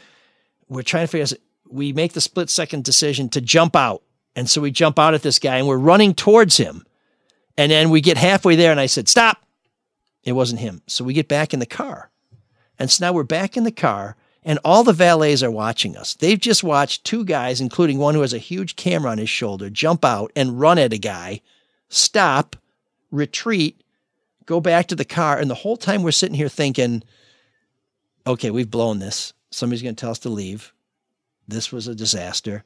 we're trying to figure out we make the split second decision to jump out and so we jump out at this guy and we're running towards him and then we get halfway there and i said stop it wasn't him so we get back in the car and so now we're back in the car and all the valets are watching us they've just watched two guys including one who has a huge camera on his shoulder jump out and run at a guy stop retreat go back to the car and the whole time we're sitting here thinking okay, we've blown this. Somebody's going to tell us to leave. This was a disaster.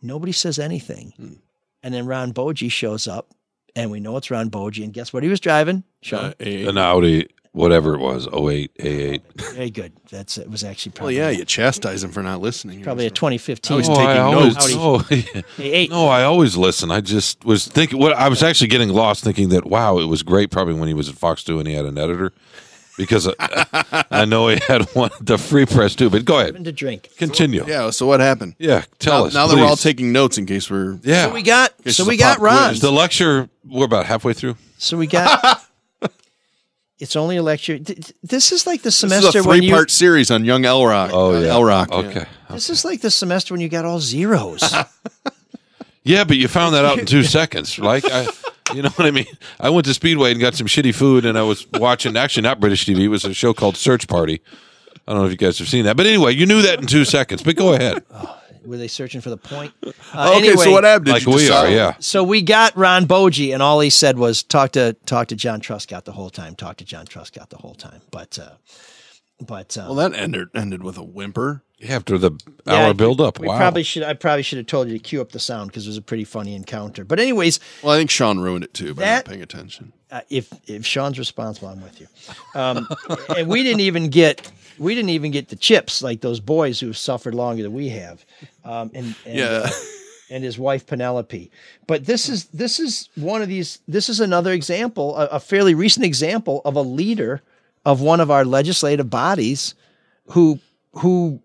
Nobody says anything. And then Ron Boji shows up, and we know it's Ron Boji. And guess what he was driving? Sean. An Audi, whatever it was, 08, A8. Very good. That's it. Was actually Well, probably yeah, you chastise him for not listening. probably a I 2015 was taking notes. oh, A8. No, I always listen. I just was thinking. What I was actually getting lost, thinking that wow, it was great. Probably when he was at Fox Two and he had an editor, because I, I know he had one at the Free Press too. But go Something ahead, to drink. continue. Yeah, Yeah. So what happened? tell now, us. now that we're all please. taking notes in case we're yeah, So we got. It's So just we a got pop Ron. quiz. the lecture. We're about halfway through. So we got. it's only a lecture. Th- th- This is like the this semester is a when you. three-part series on Young L Rock. Oh yeah, L Rock. Okay. Yeah. This is like the semester when you got all zeros. but you found that out in two seconds. Like I. You know what I mean? I went to Speedway and got some shitty food, and I was watching actually not British TV. It was a show called Search Party. I don't know if you guys have seen that, but anyway, you knew that in two seconds. But go ahead. Were they searching for the point? Uh, Okay. so what happened? Did like you we are, decide- yeah. so we got Ron Boji, and all he said was talk to talk to John Truscott the whole time. Talk to John Truscott the whole time. But uh, but uh, Well, that ended ended with a whimper. After the yeah, I- hour build up. We wow. probably should. I probably should have told you to cue up the sound because it was a pretty funny encounter. But anyways, Well, I think Sean ruined it too by That- not paying attention. uh, if if Sean's responsible, I'm with you. Um, and we didn't even get we didn't even get the chips like those boys who have suffered longer than we have. Um, and, and Yeah. and his wife Penelope. But this is this is one of these. This is another example, a, a fairly recent example of a leader of one of our legislative bodies who who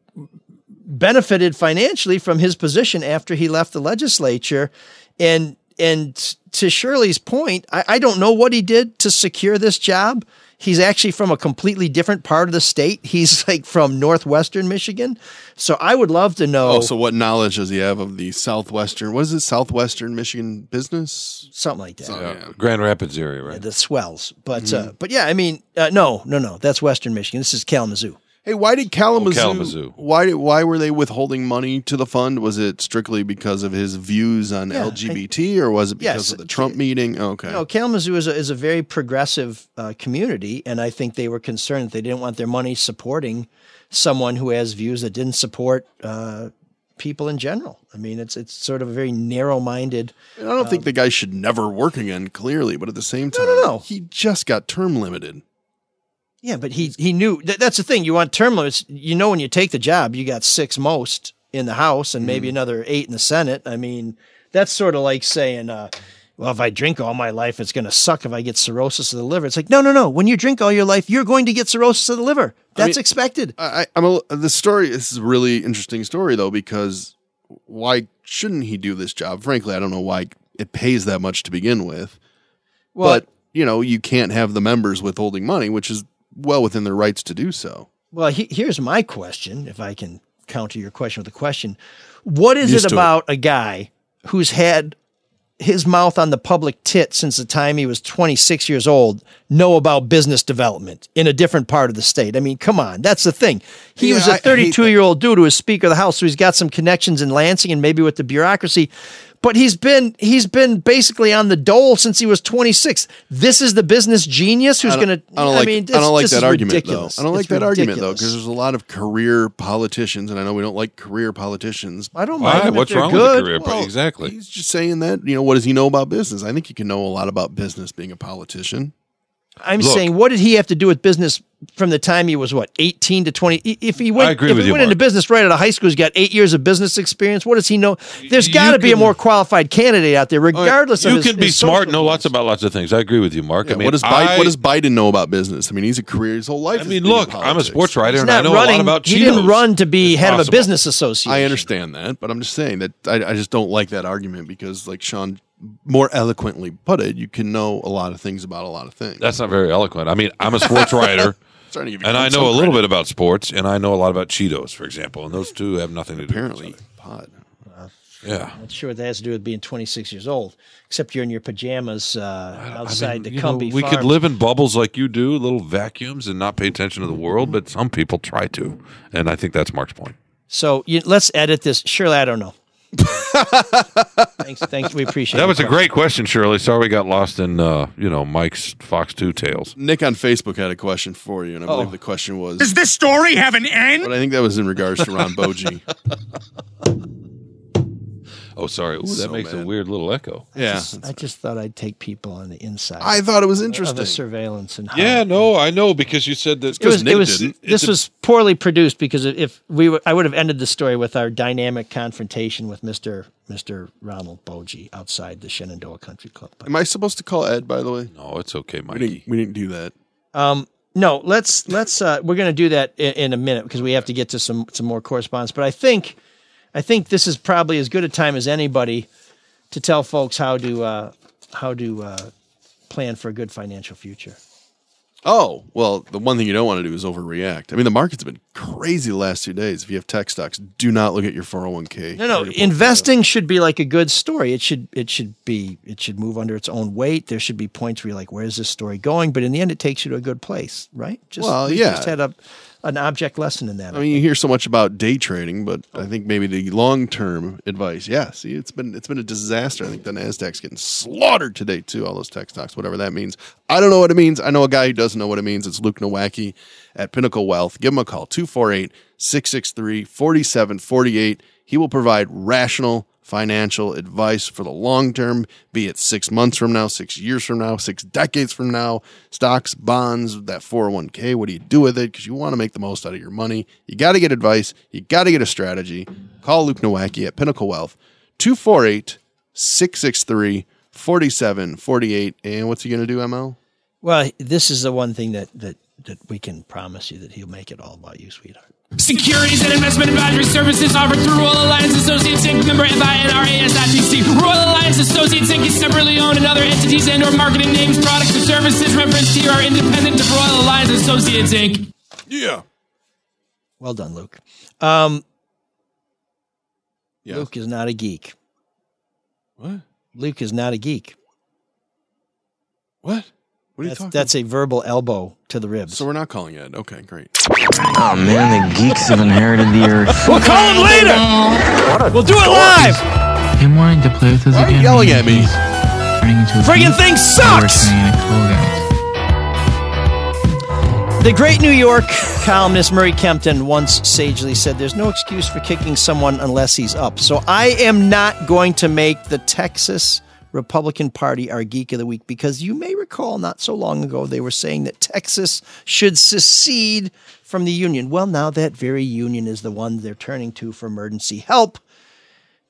benefited financially from his position after he left the legislature, and and to Shirley's point, I, I don't know what he did to secure this job. He's actually from a completely different part of the state. He's like from northwestern Michigan, so I would love to know. Oh, so what knowledge does he have of the southwestern? What is it? Southwestern Michigan business. something like that. Yeah, Grand Rapids area, right? the swells. But uh, but yeah, I mean, uh, no, no, no. That's Western Michigan. This is Kalamazoo. Hey, why did Kalamazoo, Oh, Kalamazoo. Why did, why were they withholding money to the fund? Was it strictly because of his views on Yeah, I- LGBT, or was it because Yes, of the Trump meeting? Okay, No, Kalamazoo is a, is a very progressive uh, community, and I think they were concerned that they didn't want their money supporting someone who has views that didn't support uh, people in general. I mean, it's it's sort of a very narrow minded. And I don't think the guy should never work again. Clearly, but at the same time, Um, no, no. he just got term limited. Yeah, but he he knew that, that's the thing. You want term limits. You know, when you take the job, you got six most in the House and maybe another eight in the Senate. I mean, that's sort of like saying. Uh, well, if I drink all my life, it's going to suck if I get cirrhosis of the liver. It's like, no, no, no. When you drink all your life, you're going to get cirrhosis of the liver. That's expected. I, I- I'm a, the story. This is a really interesting story though, because why shouldn't he do this job? Frankly, I don't know why it pays that much to begin with. Well, but you know, you can't have the members withholding money, which is well within their rights to do so. Well, he, here's my question, if I can counter your question with a question. What is Used it to it. about a guy who's had his mouth on the public tit since the time he was 26 years old know about business development in a different part of the state? I mean, come on, that's the thing. He Yeah, was I- I a hate 32 that. year old dude who was Speaker of the House, so he's got some connections in Lansing and maybe with the bureaucracy. But he's been he's been basically on the dole since he was 26. This is the business genius who's I don't- going to. I don't like. I don't like that argument ridiculous. though. I don't like It's that argument though ridiculous. because there's a lot of career politicians, and I know we don't like career politicians. I don't Why? mind. them if What's they're wrong good. with the career? Well, exactly. He's just saying that. You know, what does he know about business? I think he can know a lot about business being a politician. I'm Look. saying, what did he have to do with business from the time he was what 18 to 20? I- If he went, agree if with he you, went into Mark. business right out of high school, he's got eight years of business experience. What does he know? There's You got to be a can- Oh, more qualified candidate out there, regardless. of You his- can be his smart, social know lots views. about lots of things. I agree with you, Mark. Yeah, I mean, what does Biden, I, what does Biden know about business? I mean, he's a career his whole life. I has mean, been in look, I'm a politics. sports writer, He's and I not know a lot running. about Cheetos. he didn't run to be It's head of a possible. business association. I understand that, but I'm just saying that I, I just don't like that argument because, like Sean more eloquently put it, you can know a lot of things about a lot of things. That's not very eloquent. I mean, I'm a sports writer, Starting to give you and I some know a little credit. bit about sports, and I know a lot about Cheetos, for example, and those two have nothing to do. Apparently, pot. with each other. yeah. I'm not sure what that has to do with being 26 years old, except you're in your pajamas uh, outside mean, the you know, Cumbie we could Farm. live in bubbles like you do, little vacuums, and not pay attention to the world. But some people try to, and I think that's Mark's point. So you, let's edit this. Shirley, I don't know. thanks, thanks. We appreciate That your was a question. great question, Shirley. Sorry we got lost in uh, you know Mike's Fox Two tales. Nick on Facebook had a question for you, and I Oh. believe the question was, this story have an end? but I think that was in regards to Ron Boji. Oh, sorry. Ooh, that So makes a mad. weird little echo. yeah, I just thought I'd take people on the inside I thought it was of the interesting. surveillance and how Yeah, no, I know because you said that. It was. Nick It was. didn't. This It's a- was poorly produced because if we, were, I would have ended the story with our dynamic confrontation with Mister Mister Ronald Boji outside the Shenandoah Country Club. But, Am I supposed to call Ed? By the way, No, it's okay, we Mikey. didn't, we didn't do that. um, no, let's let's. Uh, we're going to do that in, in a minute because we have to get to some some more correspondence. But I think, I think this is probably as good a time as anybody to tell folks how to uh, how to uh, plan for a good financial future. Oh, well, the one thing you don't want to do is overreact. I mean, the market's been crazy the last two days. If you have tech stocks, do not look at your 401k. No, no. Or your Investing should be like a good story. It should it should be it should move under its own weight. There should be points where you're like, where is this story going? But in the end, it takes you to a good place, right? Just, Well, we yeah. Just had a an object lesson in that. portfolio. I mean, you hear so much about day trading, but I think maybe the long-term advice. Yeah, see, it's been it's been a disaster. I think the Nasdaq's getting slaughtered today too. All those tech stocks, whatever that means. I don't know what it means. I know a guy who doesn't know what it means. It's Luke Nowacki at Pinnacle Wealth. Give him a call 248-663-4748. He will provide rational financial advice for the long term, be it six months from now, six years from now, six decades from now, stocks, bonds, that 401k. What do you do with it? Because you want to make the most out of your money. You got to get advice. You got to get a strategy. Call Luke Nowacki at Pinnacle Wealth, 248 663 4748. And what's he going to do, ML? well, this is the one thing that that that we can promise you that he'll make it all about you, sweetheart. Securities and investment advisory services offered through Royal Alliance Associates Inc. Member FINRAS.GC. Royal Alliance Associates Inc. is separately owned and other entities and or marketing names, products, or services referenced here are independent of Royal Alliance Associates Inc. Yeah. Well done, Luke. Um, Yeah. Luke is not a geek. What? Luke is not a geek. What? What are you That's, talking that's a verbal elbow to the ribs. So we're not calling it. Okay, great. Oh man, the geeks have inherited the earth. we'll call him later. We'll do it live. I'm wanting to play with this Why are you again. yelling at me? Friggin' thing sucks. The great New York columnist Murray Kempton once sagely said, There's no excuse for kicking someone unless he's up. So I am not going to make the Texas Republican Party our geek of the week because you may recall not so long ago they were saying that Texas should secede from the Union. Well, now that very Union is the one they're turning to for emergency help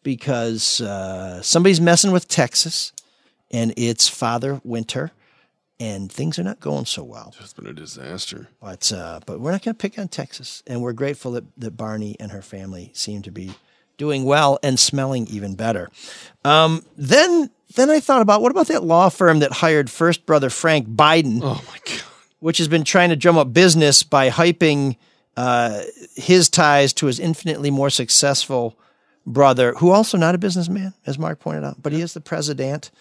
because uh, somebody's messing with Texas and it's Father Winter. And things are not going so well. It's been a disaster. But uh, but we're not going to pick on Texas, and we're grateful that, that Barney and her family seem to be doing well and smelling even better. Um, then then I thought about what about that law firm that hired first brother Frank Biden, Oh my god. which has been trying to drum up business by hyping uh, his ties to his infinitely more successful brother, who also not a businessman, as Mark pointed out, but he is the president.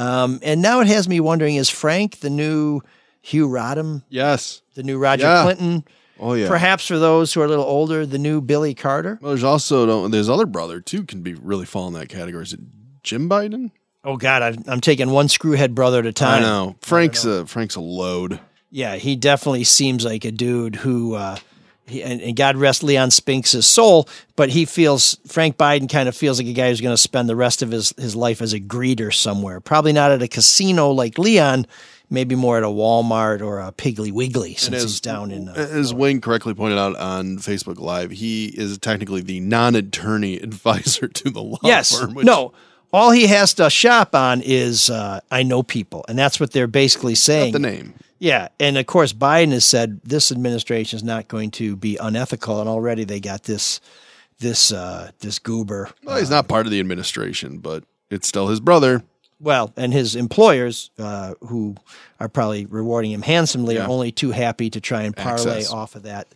Um, and now it has me wondering: Is Frank the new Hugh Rodham? Yes. the new Roger Yeah. Clinton. Oh yeah. Perhaps for those who are a little older, the new Billy Carter. Well, there's also don't- there's other brother too can be really fall in that category. Is it Jim Biden? Oh God, I've, I'm taking one screwhead brother at a time. I know Frank's a Frank's a load. Yeah, he definitely seems like a dude who, uh, he, and, and God rest Leon Spinks' soul, but he feels Frank Biden kind of feels like a guy who's going to spend the rest of his his life as a greeter somewhere. Probably not at a casino like Leon. Maybe more at a Walmart or a Piggly Wiggly since he's down in. Uh, As Wayne correctly pointed out on Facebook Live, he is technically the non-attorney advisor to the law yes. firm. which- no. All he has to shop on is uh, I know people, and that's what they're basically saying. not the name. Yeah, and of course Biden has said this administration is not going to be unethical, and already they got this this uh, this goober. Well, he's not part of the administration, but it's still his brother. Well, and his employers, uh, who are probably rewarding him handsomely, Yeah. are only too happy to try and parlay Access. off of that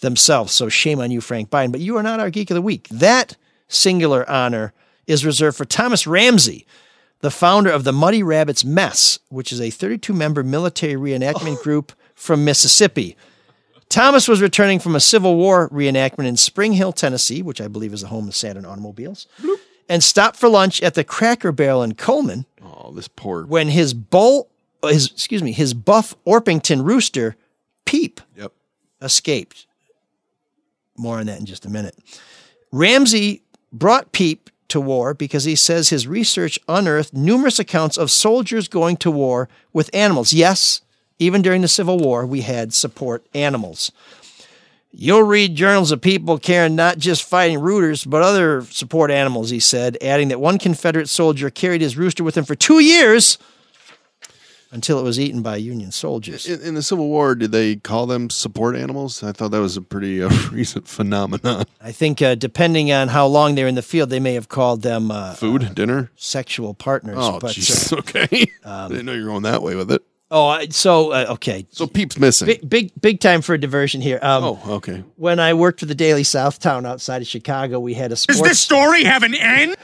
themselves. So shame on you, Frank Biden. But you are not our geek of the week. That singular honor is reserved for Thomas Ramsey, the founder of the Muddy Rabbits Mess, which is a 32 member military reenactment group from Mississippi. Thomas was returning from a Civil War reenactment in Spring Hill, Tennessee, which I believe is the home of Saturn Automobiles, and stopped for lunch at the Cracker Barrel in Coleman Oh, this poor. when his bull, his excuse me, his buff Orpington rooster, Peep, Yep. escaped. More on that in just a minute. Ramsey brought Peep to war because he says his research unearthed numerous accounts of soldiers going to war with animals. Yes, even during the Civil War, we had support animals. You'll read journals of people carrying not just fighting rooters, but other support animals, he said, adding that one Confederate soldier carried his rooster with him for two years until it was eaten by Union soldiers. In, in the Civil War, did they call them support animals? I thought that was a pretty uh, recent phenomenon. I think uh, depending on how long they're in the field, they may have called them uh, Food, dinner. sexual partners. Oh, but, jeez. Uh, okay. I didn't know you were going that way with it. oh, I- so uh, okay, So Peep's missing. big, big, big time for a diversion here. Um, oh, okay. when I worked for the Daily South Town outside of Chicago, we had a sports. story have an end?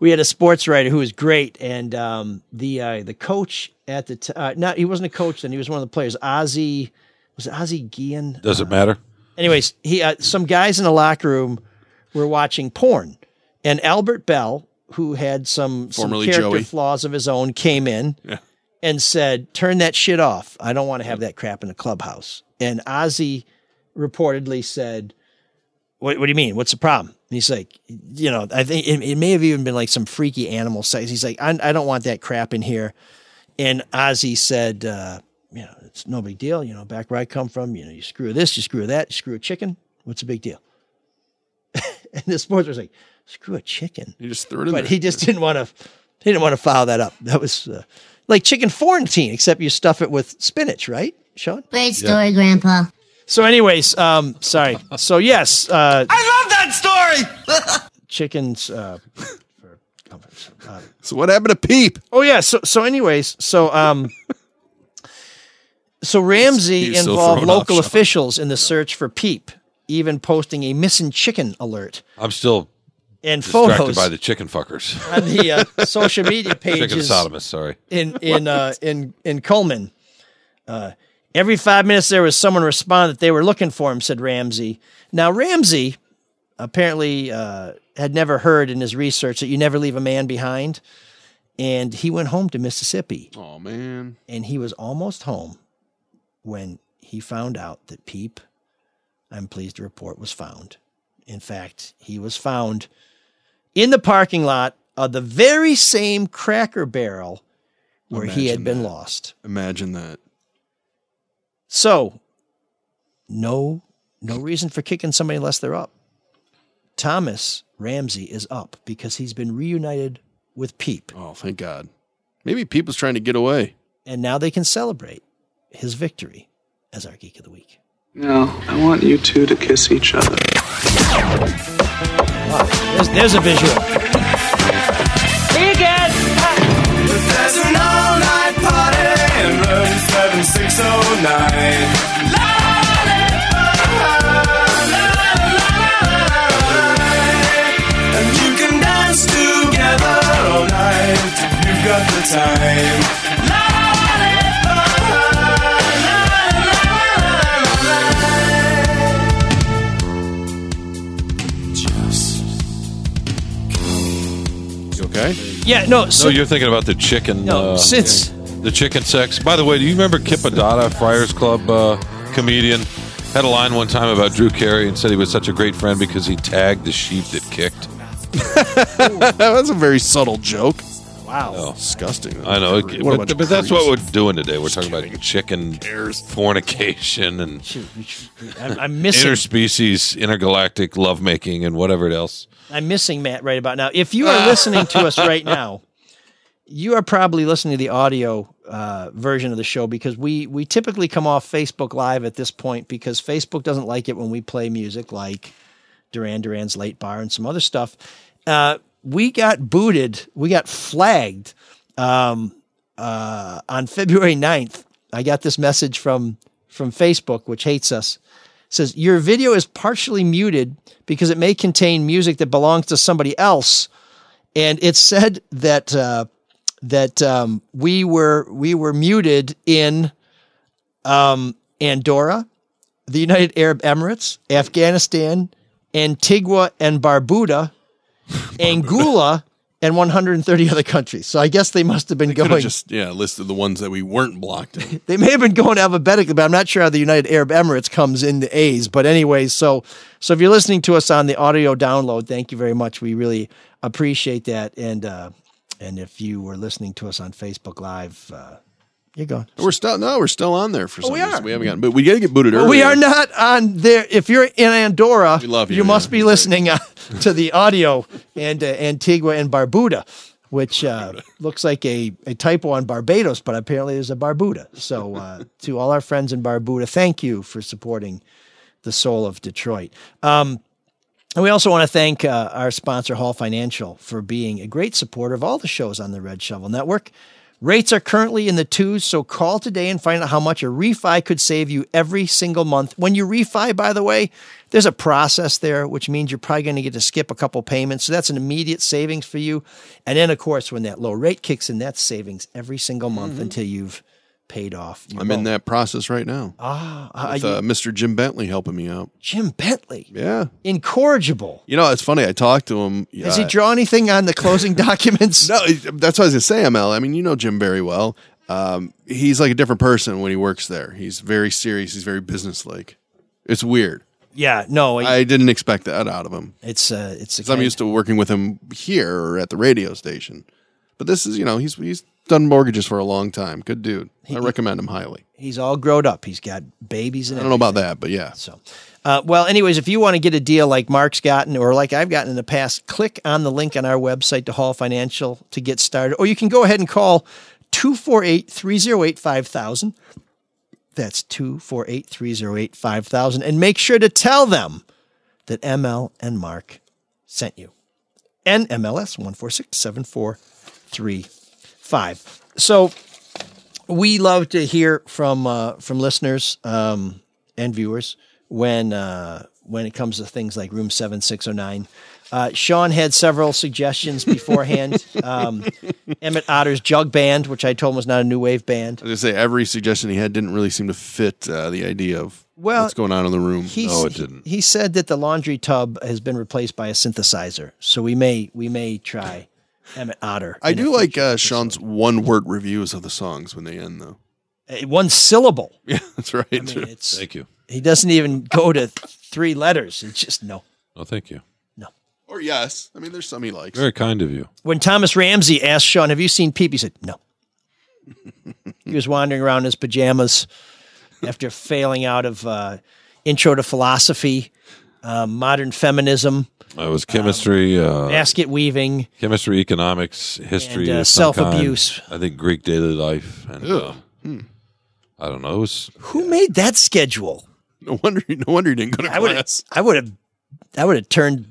we had a sports writer who was great, and um, the uh, the coach at the t- uh, not he wasn't a coach then he was one of the players. Ozzie was it Ozzie Guillen? Doesn't matter. Anyways, he uh, some guys in the locker room were watching porn, and Albert Bell, who had some, some Formerly character Joey. flaws of his own, came in and said, "Turn that shit off. I don't want to have that crap in the clubhouse." And Ozzy reportedly said, "What, what do you mean? What's the problem?" And he's like, "You know, I think it, it may have even been like some freaky animal sex." He's like, "I, I don't want that crap in here." And Ozzy said, uh, you know, it's no big deal. You know, back where I come from, you know, you screw this, you screw that, you screw a chicken. What's the big deal? and the sports was like, screw a chicken. He just threw it in But there. he just didn't want to, he didn't want to file that up. That was uh, like chicken Florentine, except you stuff it with spinach, right, Sean? Great story, Grandpa. So anyways, um, sorry. So yes, uh, I love that story. chickens, uh, for comfort. Uh, so what happened to Peep? Oh yeah. So so anyways, so um, so Ramsey He's so involved thrown off, local Sean. officials in the search for Peep, even posting a missing chicken alert I'm still and distracted photos by the chicken fuckers. on the uh, social media Chicken pages sodomists, sorry. in in uh, in in Coleman. Uh, every five minutes, there was someone respond that they were looking for him, said Ramsey. Now, Ramsey apparently uh, had never heard in his research that you never leave a man behind. And he went home to Mississippi. Oh, man. And he was almost home when he found out that Peep, I'm pleased to report, was found. In fact, he was found in the parking lot of the very same cracker barrel where he had been Imagine lost. Imagine that. So, no no reason for kicking somebody unless they're up. Thomas Ramsey is up because he's been reunited with Peep. Oh, thank God. Maybe Peep was trying to get away. And now they can celebrate his victory as our geek of the week. Now, I want you two to kiss each other. There's, there's a visual. He gets There's an all-night party in room 7609. And you can dance together all night. You've got the time. You okay? Yeah, no. So you're thinking about the chicken. No, uh, since- the chicken sex. By the way, do you remember Kip Adada, Friars Club uh, comedian, had a line one time about Drew Carey and said he was such a great friend because he tagged the sheep that kicked. That's a very subtle joke. Wow. disgusting. I know, What it- a bunch but, of but that's what creeps. we're doing today. We're talking about chicken fornication and I'm, I'm missing. interspecies, intergalactic lovemaking, and whatever else. I'm missing Matt right about now. If you are listening to us right now, you are probably listening to the audio uh, version of the show because we we typically come off Facebook Live at this point because Facebook doesn't like it when we play music like Duran Duran's Late Bar and some other stuff. Uh, we got booted. We got flagged um, uh, on February 9th. I got this message from from Facebook, which hates us. It says your video is partially muted because it may contain music that belongs to somebody else, and it said that uh, that um, we were we were muted in um, Andorra, the United Arab Emirates, Afghanistan, Antigua and Barbuda, Angola, and 130 other countries. So I guess they must have been Could going. have just yeah listed the ones that we weren't blocked in. They may have been going alphabetically, but I'm not sure how the United Arab Emirates comes in the A's. But anyway, so so if you're listening to us on the audio download, thank you very much. We really appreciate that. And uh, and if you were listening to us on Facebook Live, uh, you're gone. We're still no, we're still on there for Oh, some we reason. are. We haven't gotten, but we got to get booted early. Well, we are not on there. If you're in Andorra, We love you, must be listening uh, to the audio and uh, Antigua and Barbuda, which uh, looks like a, a typo on Barbados, but apparently there's a Barbuda. So uh, to all our friends in Barbuda, thank you for supporting the soul of Detroit. Um, and we also want to thank uh, our sponsor, Hall Financial, for being a great supporter of all the shows on the Red Shovel Network. Rates are currently in the twos, so call today and find out how much a refi could save you every single month. When you refi, by the way, there's a process there, which means you're probably going to get to skip a couple payments. So that's an immediate savings for you. And then, of course, when that low rate kicks in, that's savings every single month until you've paid off. your Mm-hmm. I'm in loan. that process right now Ah, uh, with you- uh, Mr. Jim Bentley helping me out. Jim Bentley, Yeah, incorrigible. you know it's funny. I talked to him. Does he uh, draw anything on the closing documents? No, it- that's what I was gonna say, ML. I mean, you know Jim very well. Um, he's like a different person when he works there. He's very serious. He's very businesslike. It's weird. Yeah, no, I, I didn't expect that out of him. it's uh, it's. A 'Cause I'm used to working with him here or at the radio station. But this is, you know, he's he's done mortgages for a long time. Good dude. I recommend him highly. He's all grown up. He's got babies and I don't know about that, but yeah. So, uh, well, anyways, if you want to get a deal like Mark's gotten or like I've gotten in the past, click on the link on our website to Hall Financial to get started. Or you can go ahead and call 248 308 5000. That's 248 308 5000. And make sure to tell them that ML and Mark sent you. And MLS 146 7435. So, we love to hear from uh, from listeners um, and viewers when uh, when it comes to things like room 7609. Uh, Sean had several suggestions beforehand. um, Emmett Otter's Jug Band, which I told him was not a new wave band. I was gonna say every suggestion he had didn't really seem to fit uh, the idea of Well, what's going on in the room. He, He said that the laundry tub has been replaced by a synthesizer, so we may we may try Emmett Otter. I do like uh, Sean's one-word reviews of the songs when they end, though. Uh, One syllable. Yeah, that's right. Thank you. He doesn't even go to th- three letters. It's just no. Oh, thank you. Or yes, I mean there's some he likes. Very kind of you. When Thomas Ramsey asked Sean, "Have you seen Peep?" He said, "No." he was wandering around in his pajamas after failing out of uh, Intro to Philosophy, uh, Modern Feminism, I was chemistry, uh, Basket Weaving. chemistry, economics, history, Um, And, uh, of some kind. self-abuse. I think Greek daily life, and Ew. uh, I don't know. It was Who made that schedule? No wonder. No wonder he didn't go to I would. I would have. I would have turned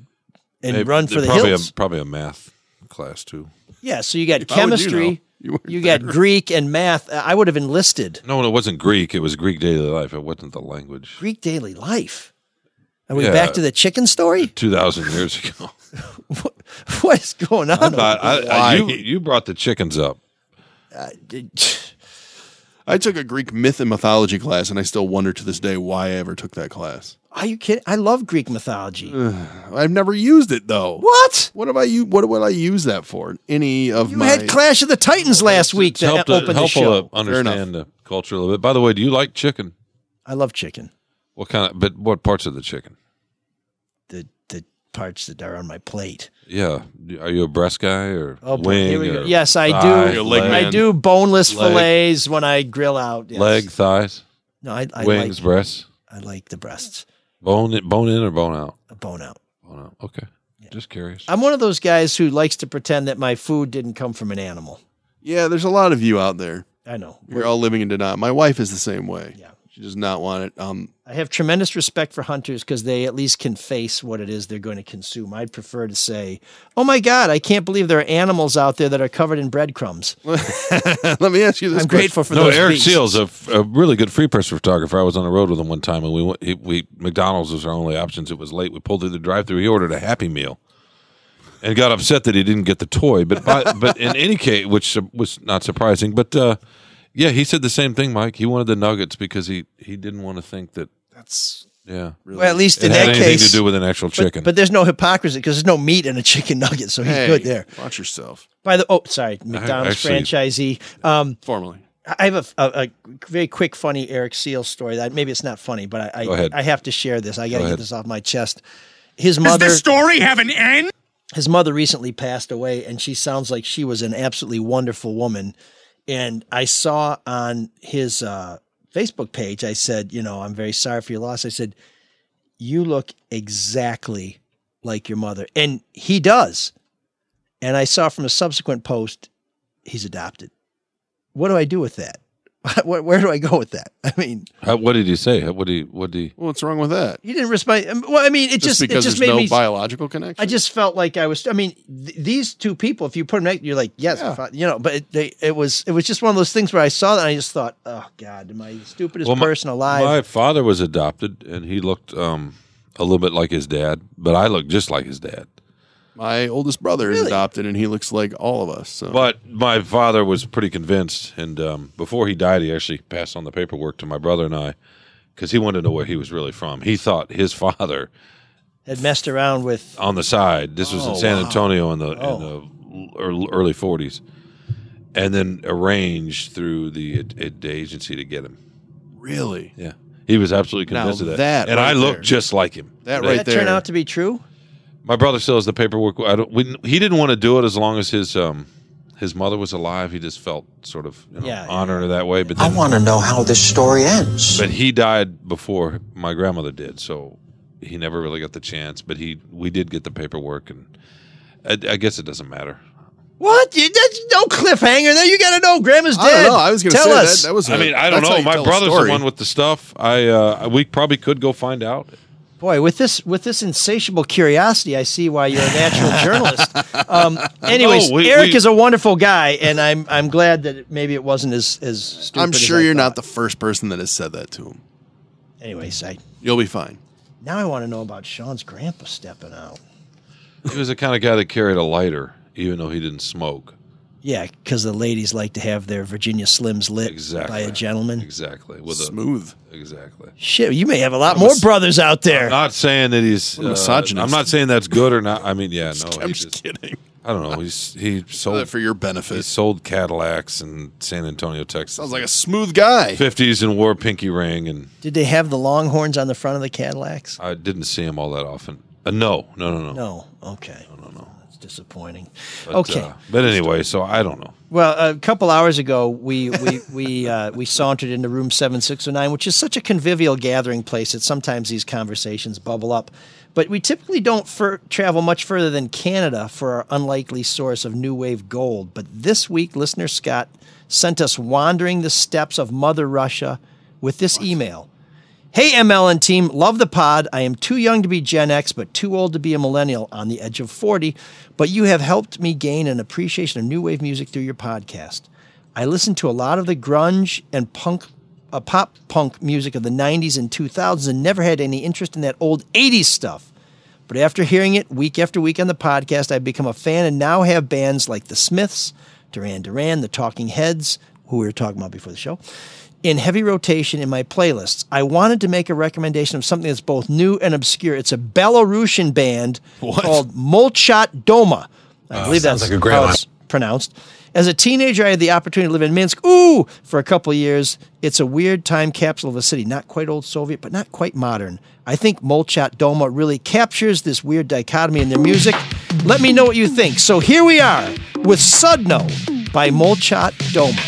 and maybe- run for the probably hills. A, probably a math class too. yeah. So you got How would you know? chemistry. You, got Greek and math. I would have enlisted No, it wasn't Greek. It was Greek daily life. It wasn't the language. Greek daily life. Are we Yeah. back to the chicken story? Two thousand years ago. What is going on? I thought I, I, you Why? you brought the chickens up. I took a Greek myth and mythology class, and I still wonder to this day why I ever took that class. Are you kidding? I love Greek mythology. Uh, I've never used it though. What? What have I u- What would I use that for? Any of You my? had Clash of the Titans last week to Help open to, the helpful show. to understand the culture a little bit. By the way, do you like chicken? I love chicken. What kind of? But what parts of the chicken? The the parts that are on my plate. Yeah, are you a breast guy or Oh, boy, wing? here we go. or Yes, I thigh, do. leg? I do boneless Leg. fillets when I grill out. yes. Leg, thighs, No, I, I wings, like, breasts, I like the breasts. bone, bone in or bone out? A bone out. Bone out. Okay, just curious. I'm one of those guys who likes to pretend that my food didn't come from an animal. Yeah, there's a lot of you out there. I know. You're all living in denial. My wife is the same way. Yeah, she does not want it. Um, I have tremendous respect for hunters because they at least can face what it is they're going to consume. I'd prefer to say, "Oh my God, I can't believe there are animals out there that are covered in breadcrumbs." Let me ask you this. I'm question. grateful for no, those Eric beasts. Seals, a, a really good free press photographer. I was on the road with him one time, and we went. He, we McDonald's was our only options. It was late. We pulled through the drive-through. He ordered a Happy Meal, and got upset that he didn't get the toy. But by, but in any case, which was not surprising. But uh, yeah, he said the same thing, Mike. He wanted the nuggets because he he didn't want to think that. That's yeah. Well, at least it in had that anything case, to do with an actual but- chicken. But, there's no hypocrisy because there's no meat in a chicken nugget, so he's Hey, good there. Watch yourself. By the oh, sorry, McDonald's actually- franchisee. Um, Formally, I have a, a, a very quick, funny Eric Seals story. That maybe it's not funny, but I Go I, ahead. I have to share this. I got to Go get ahead. this off my chest. His mother. story have an end? his mother recently passed away and she sounds like she was an absolutely wonderful woman and i saw on his uh, facebook page i said you know i'm very sorry for your loss i said you look exactly like your mother and he does and i saw from a subsequent post he's adopted what do i do with that Where- where do i go with that i mean How, Uh, what did he say? What did he? What did he? what's wrong with that? he didn't respond um, well i mean it just, just because it just there's made no me biological connection. I just felt like I was. I mean, th- these two people, if you put them, next- you're like, yes, Yeah. fi- you know. But it, they, it was it was just one of those things where I saw that and I just thought, oh God, am I the stupidest Well, my- person alive? My father was adopted, and he looked um, a little bit like his dad, but I look just like his dad. My oldest brother is adopted, and he looks like all of us. So But my father was pretty convinced, and um, before he died, he actually passed on the paperwork to my brother and I because he wanted to know where he was really from. He thought his father Had messed around with. on the side. This was Oh, in San wow. Antonio in the Oh. in the ear- early forties, and then arranged through the, ad- the agency to get him. really, Yeah, he was absolutely Now convinced of that. that and right I look there. just like him. That They- right Did that turn out to be true? My brother still has the paperwork. I don't. We, he didn't want to do it as long as his um his mother was alive. He just felt sort of you know, Yeah, honored her that way. But I then- want to know how this story ends. But he died before my grandmother did, so he never really got the chance. But he we did get the paperwork, and I, I guess it doesn't matter. What? You, that's no cliffhanger. There, you got to know. Grandma's I dead. don't know. I was gonna tell say us. that- that was I a- mean, I don't that's how know. you tell My a brother's story. the one with the stuff. I uh, we probably could go find out. Boy, with this with this insatiable curiosity, I see why you're a natural journalist. Um, anyways, No, we- Eric we- is a wonderful guy, and I'm I'm glad that it, maybe it wasn't as as. Stupid I'm as sure I you're thought. not the first person that has said that to him. Anyways, I You'll be fine. Now I want to know about Sean's grandpa stepping out. He was the kind of guy that carried a lighter, even though he didn't smoke. Yeah, because the ladies like to have their Virginia Slims lit by a gentleman. Exactly. With Smooth. A, exactly. Shit, you may have a lot more brothers out there. I'm not saying that he's What a misogynist. uh, I'm not saying that's good or not. I mean, yeah, no. I'm he just kidding. I don't know. He's he sold that for your benefit. He sold Cadillacs in San Antonio, Texas. Sounds like a smooth guy. 50s and wore a pinky ring, and Did they have the Longhorns on the front of the Cadillacs? I didn't see him all that often. Uh, no, no, no, no. No. Okay. No, no, no. That's disappointing. But, okay. uh, but anyway, so I don't know. Well, a couple hours ago, we we we uh, we sauntered into room seven six oh nine, which is such a convivial gathering place that sometimes these conversations bubble up. But we typically don't fur- travel much further than Canada for our unlikely source of new wave gold. But this week, listener Scott sent us wandering the steppes of Mother Russia with this email. Hey, ML and team, love the pod. I am too young to be Gen X, but too old to be a millennial on the edge of 40. But you have helped me gain an appreciation of new wave music through your podcast. I listen to a lot of the grunge and punk, uh, pop punk music of the 90s and 2000s and never had any interest in that old 80s stuff. But after hearing it week after week on the podcast, I've become a fan and now have bands like The Smiths, Duran Duran, The Talking Heads, who we were talking about before the show, in heavy rotation in my playlists. I wanted to make a recommendation of something that's both new and obscure. It's a Belarusian band called Molchat Doma. I Oh, believe sounds that's like a great how line. it's pronounced. As a teenager, I had the opportunity to live in Minsk. Ooh, for a couple of years. It's a weird time capsule of a city, not quite old Soviet, but not quite modern. I think Molchat Doma really captures this weird dichotomy in their music. Let me know what you think. So here we are with Sudno by Molchat Doma.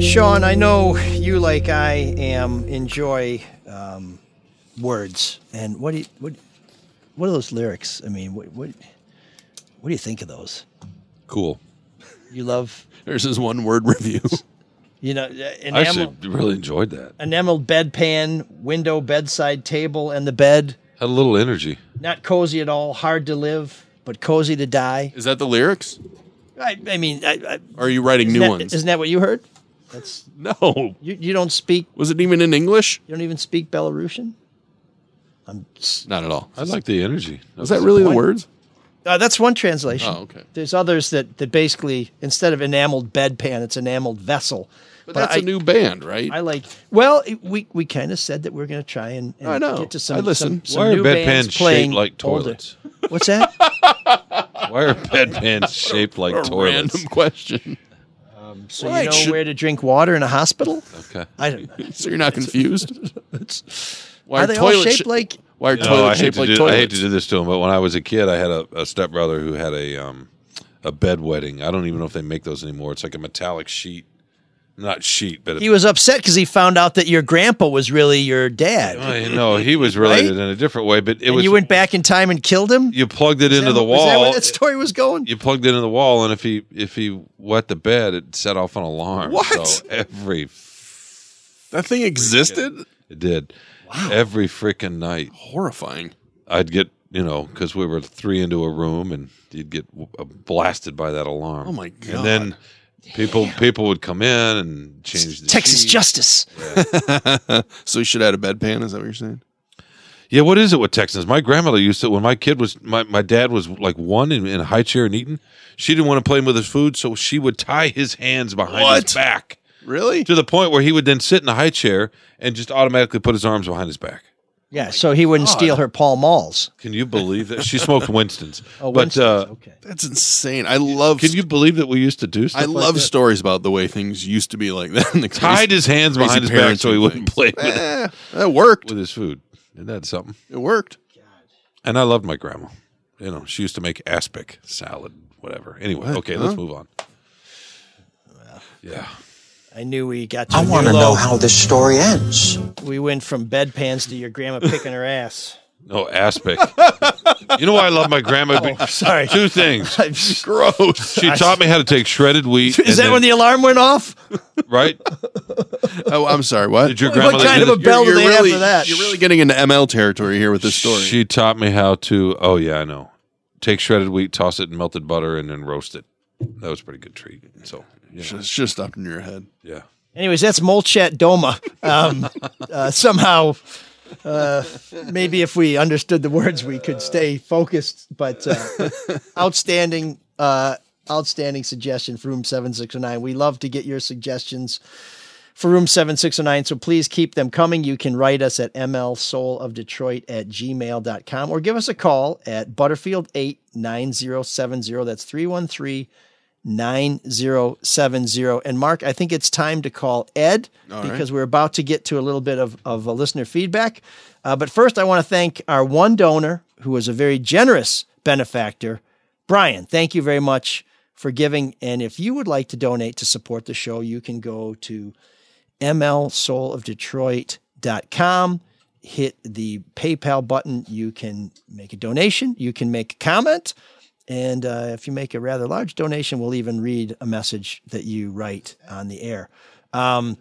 Sean, I know you, like I am, enjoy um, words. And what do you, what what are those lyrics? I mean, what what what do you think of those? Cool. You love There's his one word review. you know an I actually really enjoyed that. enameled bedpan, window, bedside table, and the bed. Had a little energy. Not cozy at all. Hard to live, but cozy to die. Is that the lyrics? I, I mean, I, I, Or are you writing isn't new that- ones? Isn't that what you heard? That's no. You, you don't speak. Was it even in English? You don't even speak Belarusian. Not at all. I like the energy. Was that really the words? Uh, that's one translation. Oh, okay. There's others that, that basically, instead of enameled bedpan, it's enameled vessel, But that's a a new band, right? I like. Well, it- we we kind of said that we're going to try and, and I know. get to some. I Some, listen. some Why are new bedpans bands shaped playing like older- toilets? What's that? Why are bedpans shaped like a toilets? random question. Um, so Right, you know should- where to drink water in a hospital? Okay. I don't. know. so you're not confused. Why are, they all toilets shaped sh- like? Why are No, Oh, I toilets hate shaped to like do- I hate toilets? to do this to him, but when I was a kid, I had a, a stepbrother who had a um, a bed wedding. I don't even know if they make those anymore. It's like a metallic sheet, not sheet, but He was upset because he found out that your grandpa was really your dad. Well, no, he was related in a different way. But it and was you went back in time and killed him. you plugged it into Is that- the Is that where wall. that story was going? You plugged it into the wall, and if he if he wet the bed, it set off an alarm. What? So every That thing existed. It did. Every freaking night. Horrifying. I'd get, you know, because we were three into a room and you'd get w- uh, blasted by that alarm. Oh, my And then people people would come in and change the Texas sheet. justice. Oh so you should add a bedpan. Is that what you're saying? Yeah, what is it with Texans? My grandmother used to when my kid was my, my dad was like one in, in a high chair and eating. She didn't want to play him with his food, so she would tie his hands behind his What? back Really? to the point where he would then sit in a high chair and just automatically put his arms behind his back. Yeah, so he wouldn't God. steal her Pall Malls. Can you believe that she smoked Winston's? Oh, but uh, That's insane. I love. can you believe that we used to do? Stuff I like love that? stories about the way things used to be like that. In the Tied crazy- his hands crazy behind his back so he parenting wouldn't play things. with, Eh, that worked. with his food. Isn't that something? It worked. And I loved my grandma. You know, she used to make aspic salad, whatever. Anyway, What? okay, let's Huh? move on. Yeah. I knew we got. To I a want new to low. know how this story ends. We went from bedpans to your grandma picking her ass. No, Oh, aspic. you know why I love my grandma? Be- Oh, sorry. Two things. Gross. She taught me how to take shredded wheat. Is that when the alarm went off? right? Oh, I'm sorry. What? Did your grandmother kind do of a this? bell do you're they really, have for that? You're really getting into ML territory here with this story. She taught me how to. Oh yeah, I know. Take shredded wheat, toss it in melted butter, and then roast it. That was a pretty good treat. So you know, It's just up in your head. yeah. Anyways, that's Molchat Doma. Um, uh, somehow, uh, maybe if we understood the words, we could stay focused. But uh, outstanding, uh, outstanding suggestion for Room Seven Six oh Nine. We love to get your suggestions for Room Seven Six oh Nine. So please keep them coming. You can write us at mlsoulofdetroit at gmail.com or give us a call at Butterfield eight nine zero seven zero. That's three one three. 9070. And Mark, I think it's time to call Ed All right. because we're about to get to a little bit of, of uh, listener feedback. Uh, but first, I want to thank our one donor who was a very generous benefactor, Brian. Thank you very much for giving. And if you would like to donate to support the show, you can go to mlsoulofdetroit.com. Hit the PayPal button. You can make a donation. You can make a comment. And uh, if you make a rather large donation, we'll even read a message that you write on the air. Um,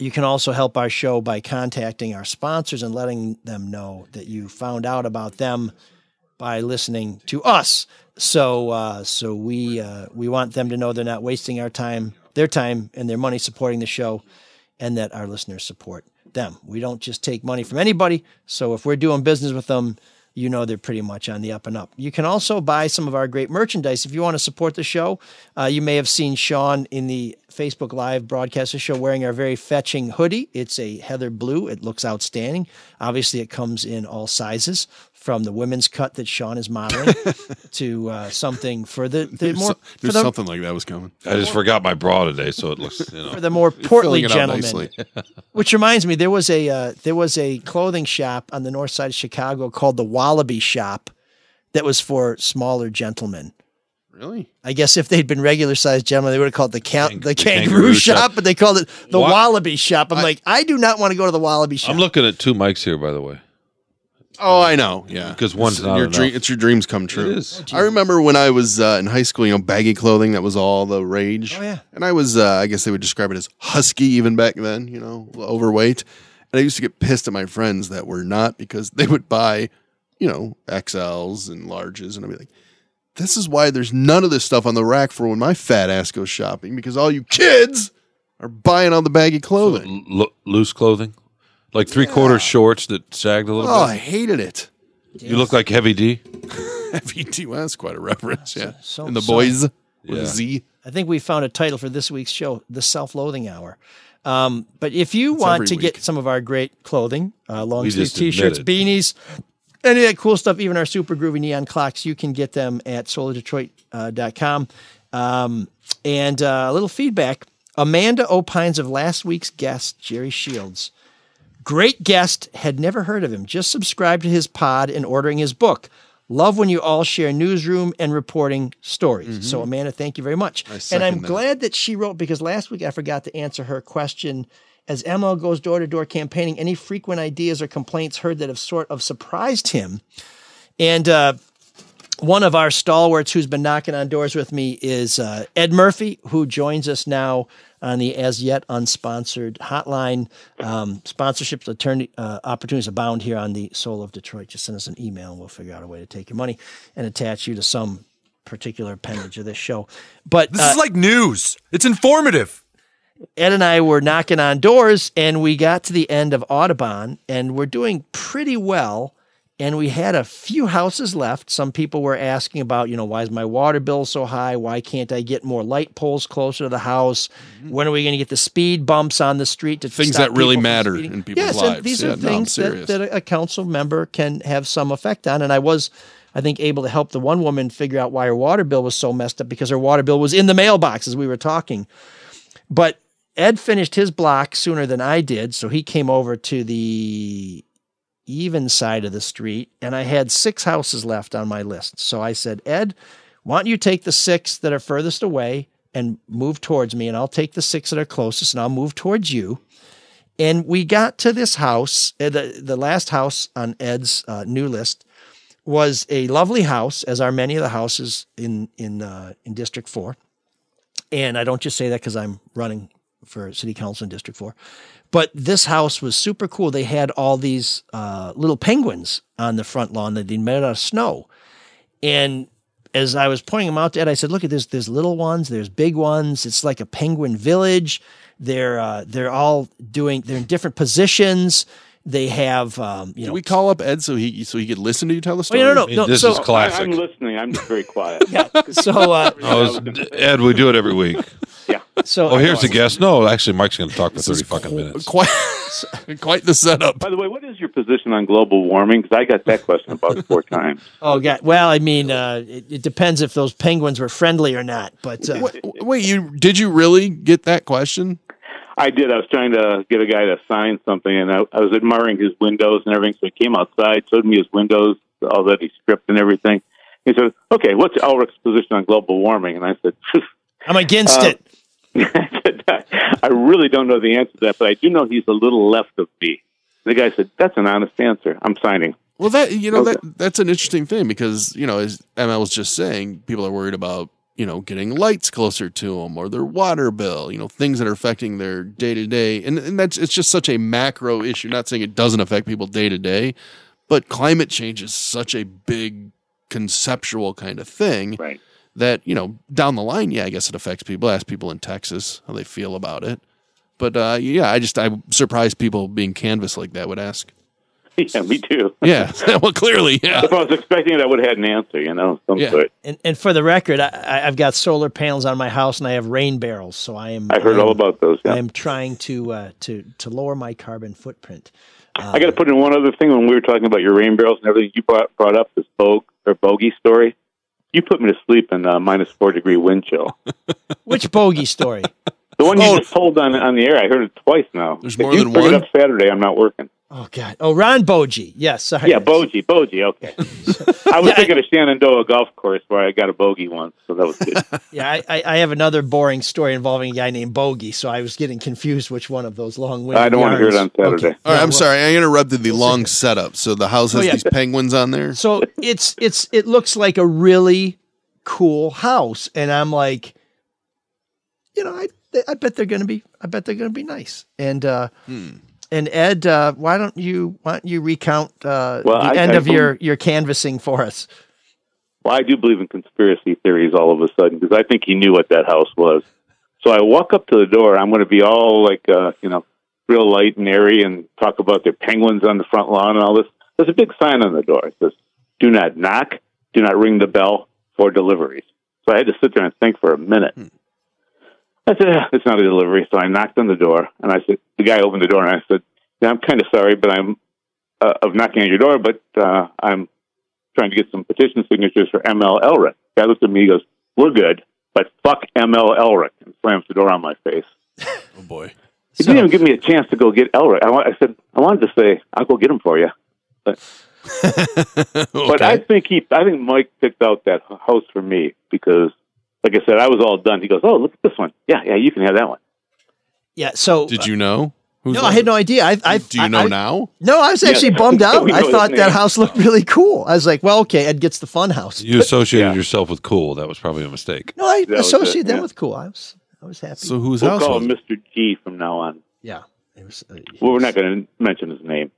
you can also help our show by contacting our sponsors and letting them know that you found out about them by listening to us. So, uh, so we uh, we want them to know they're not wasting our time, their time, and their money supporting the show, and that our listeners support them. We don't just take money from anybody. So, if we're doing business with them, you know they're pretty much on the up and up. You can also buy some of our great merchandise if you want to support the show. Uh, you may have seen Sean in the Facebook Live broadcast of the show wearing our very fetching hoodie. It's a heather blue. It looks outstanding. Obviously, it comes in all sizes, from the women's cut that Sean is modeling to uh, something for the, the There's, more so- for there's the, something like that was coming. I just forgot my bra today, so it looks you know. for the more portly filling it out gentlemen. nicely. Which reminds me, there was a uh, there was a clothing shop on the north side of Chicago called the Wallaby Shop that was for smaller gentlemen. Really? I guess if they'd been regular sized gentlemen, they would have called the count the, kangaroo, kangaroo shop, shop. but they called it the Wa- Wallaby Shop. I'm like, I do not want to go to the Wallaby Shop. I'm looking at two mics here, by the way. Oh, I know. Yeah, 'Cause one's it's not your enough. dream. It's your dreams come true. It is. I remember when I was uh, in high school. You know, baggy clothing that was all the rage. Oh, yeah. And I was, uh, I guess they would describe it as husky even back then. You know, overweight. And I used to get pissed at my friends that were not because they would buy, you know, XLs and larges, and I'd be like, "This is why there's none of this stuff on the rack for when my fat ass goes shopping because all you kids are buying all the baggy clothing." L- lo- loose clothing, like three quarter shorts that sagged a little Oh, I bit. hated it. You look like Heavy D. VT. Well, that's quite a reference. Yeah. so- and the so- boys with Yeah. a Z. I think we found a title for this week's show, The Self Loathing Hour. Um, but if you It's want every to week. get some of our great clothing, uh, long We sleeve just t shirts, admitted. beanies, any of that cool stuff, even our super groovy neon clocks, you can get them at solardetroit.com. Um, and uh, a little feedback Amanda opines of last week's guest, Jerry Shields. Great guest, had never heard of him, just subscribed to his pod and ordering his book. Love when you all share newsroom and reporting stories. So, Amanda, thank you very much. And Mm-hmm. second I'm that. glad that she wrote because last week I forgot to answer her question. As ML goes door to door campaigning, any frequent ideas or complaints heard that have sort of surprised him? And uh, one of our stalwarts who's been knocking on doors with me is uh, Ed Murphy, who joins us now on the as yet unsponsored hotline. Um, sponsorships, attorney, uh, opportunities abound here on the Soul of Detroit. Just send us an email and we'll figure out a way to take your money and attach you to some particular appendage of this show. But uh, This is like news. It's informative. Ed and I were knocking on doors and we got to the end of Audubon and we're doing pretty well. And we had a few houses left. Some people were asking about, you know, why is my water bill so high? Why can't I get more light poles closer to the house? When are we going to get the speed bumps on the street to Mm-hmm. Things stop that really people from matter speeding? in people's yes, and lives. these Yeah, are no, I'm things that, serious. that a council member can have some effect on. And I was, I think, able to help the one woman figure out why her water bill was so messed up because her water bill was in the mailbox as we were talking. But Ed finished his block sooner than I did, so he came over to the even side of the street, and I had six houses left on my list. So I said, Ed, why don't you take the six that are furthest away and move towards me, and I'll take the six that are closest and I'll move towards you. And we got to this house, uh, the, the last house on Ed's uh, new list was a lovely house, as are many of the houses in in uh, in District Four. And I don't just say that because I'm running for city council in District Four. But this house was super cool. They had all these uh, little penguins on the front lawn that they made out of snow. And as I was pointing them out to Ed, I said, "Look at this. There's little ones. There's big ones. It's like a penguin village. They're uh, they're all doing. They're in different positions. They have um, you Did know we call up Ed so he so he could listen to you tell the Oh, story? yeah, no, no, no, This so- is I, classic. am listening. I'm just very quiet. so uh, Oh, it's- Ed, we do it every week. So oh, here's the guest. No, actually, Mike's going to talk for thirty fucking minutes. Quite, quite the setup. By the way, what is your position on global warming? Because I got that question about four times. Oh god. Well, I mean, uh, it, it depends if those penguins were friendly or not. But uh, wait, you did you really get that question? I did. I was trying to get a guy to sign something, and I, I was admiring his windows and everything. So he came outside, showed me his windows, all that he stripped and everything. He said, "Okay, what's Elric's position on global warming?" And I said, I'm against it. I really don't know the answer to that, but I do know he's a little left of B. The guy said, "That's an honest answer. I'm signing." Well, that you know Okay. that that's an interesting thing because you know as ML was just saying, people are worried about you know getting lights closer to them or their water bill, you know things that are affecting their day to day, and and that's it's just such a macro issue. Not saying it doesn't affect people day to day, but climate change is such a big conceptual kind of thing right. that you know down the line, yeah, I guess it affects people. Ask people in Texas how they feel about it, but uh, yeah, I just I'm surprised people being canvassed like that would ask. Yeah, me too. Yeah, well, clearly, yeah. If I was expecting it, I would have had an answer, you know, some sort. and, and for the record, I, I- I've got solar panels on my house and I have rain barrels, so I am. I heard am- all about those. Yeah. I'm trying to uh, to to lower my carbon footprint. I got to put in one other thing when we were talking about your rain barrels and everything. You brought, brought up this bog or bogey story. You put me to sleep in uh, minus four degree wind chill. Which bogey story? The one you Oh. just told on on the air. I heard it twice now. There's more you than bring one? It up Saturday. I'm not working. Oh God! Oh, Ron Bogey. Yes, sorry. yeah, bogey, bogey. Okay. I was thinking of Shenandoah Golf Course where I got a bogey once, so that was good. Yeah, I, I, I have another boring story involving a guy named Bogey, so I was getting confused which one of those long winded. All right, I'm sorry. I interrupted the long setup. So the house has Oh, yeah. these penguins on there. So it's it's it looks like a really cool house, and I'm like, you know, I I bet they're gonna be I bet they're gonna be nice. And uh, and Ed, uh, why don't you why don't you recount uh, Well, the I- end I of your don't- your canvassing for us? Well, I do believe in conspiracy theories all of a sudden because I think he knew what that house was. So I walk up to the door. I'm going to be all like, uh, you know, real light and airy and talk about their penguins on the front lawn and all this. There's a big sign on the door. It says, do not knock, do not ring the bell for deliveries. So I had to sit there and think for a minute. I said, "Ah, it's not a delivery. So I knocked on the door and I said, the guy opened the door and I said, yeah, I'm kind of sorry, but I'm uh, of knocking on your door, but uh, I'm trying to get some petition signatures for ML Elric. The guy looked at me, he goes, we're good, but fuck ML Elric and slams the door on my face. Oh boy. He didn't even give me a chance to go get Elric. I, wa- I said, I wanted to say, I'll go get him for you. But, but I think he, I think Mike picked out that house for me because, like I said, I was all done. He goes, "Oh, look at this one. Yeah, yeah, you can have that one." Yeah. So Did you know? Who's no, I had no idea. I, I Do you I- know I- now? No, I was Yes. actually bummed out. We I know thought his that name. house looked really cool. I was like, well, okay, Ed gets the fun house. You associated yourself with cool. That was probably a mistake. No, I That was it, associated them yeah. with cool. I was, I was happy. So whose we'll house call was him Mr. G from now on. Yeah. well, we're not going to mention his name.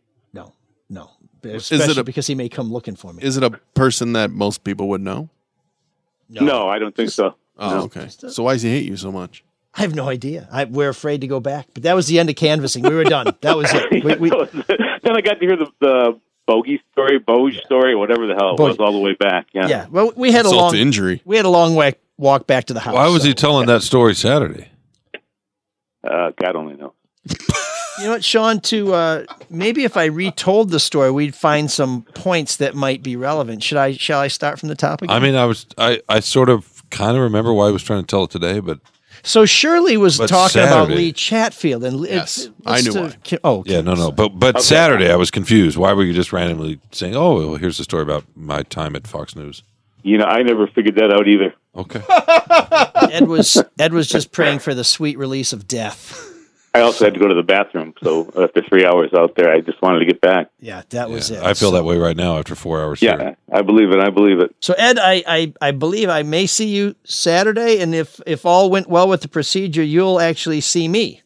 it Especially a- because he may come looking for me. Is it a person that most people would know? No, I don't think so. Oh, No. okay. So why does he hate you so much? I have no idea. I, we're afraid to go back. But that was the end of canvassing. We were done. That was it. We, we, then I got to hear the, the bogey story, boge story, whatever the hell it was, all the way back. Yeah. yeah. Well, we had a Insult long to injury. We had a long way, walk back to the house. Why was he telling that story Saturday? Uh, God only knows. You know what, Sean? To uh, maybe if I retold the story, we'd find some points that might be relevant. Should I? Shall I start from the top again? I mean, I was I, I sort of kind of remember why I was trying to tell it today, but so Shirley was But talking about Saturday- Lee Chatfield, and Yes, I knew to- why. ki- Oh, yeah, no, no. But but Okay. Saturday I was confused. Why were you just randomly saying, "Oh, well, here's the story about my time at Fox News"? You know, I never figured that out either. Okay. Ed was Ed was just praying for the sweet release of death. I also had to go to the bathroom, so after three hours out there, I just wanted to get back. Yeah, that was it. I feel that way right now after four hours. Yeah, here. I believe it. I believe it. So Ed, I, I I believe I may see you Saturday, and if if all went well with the procedure, you'll actually see me.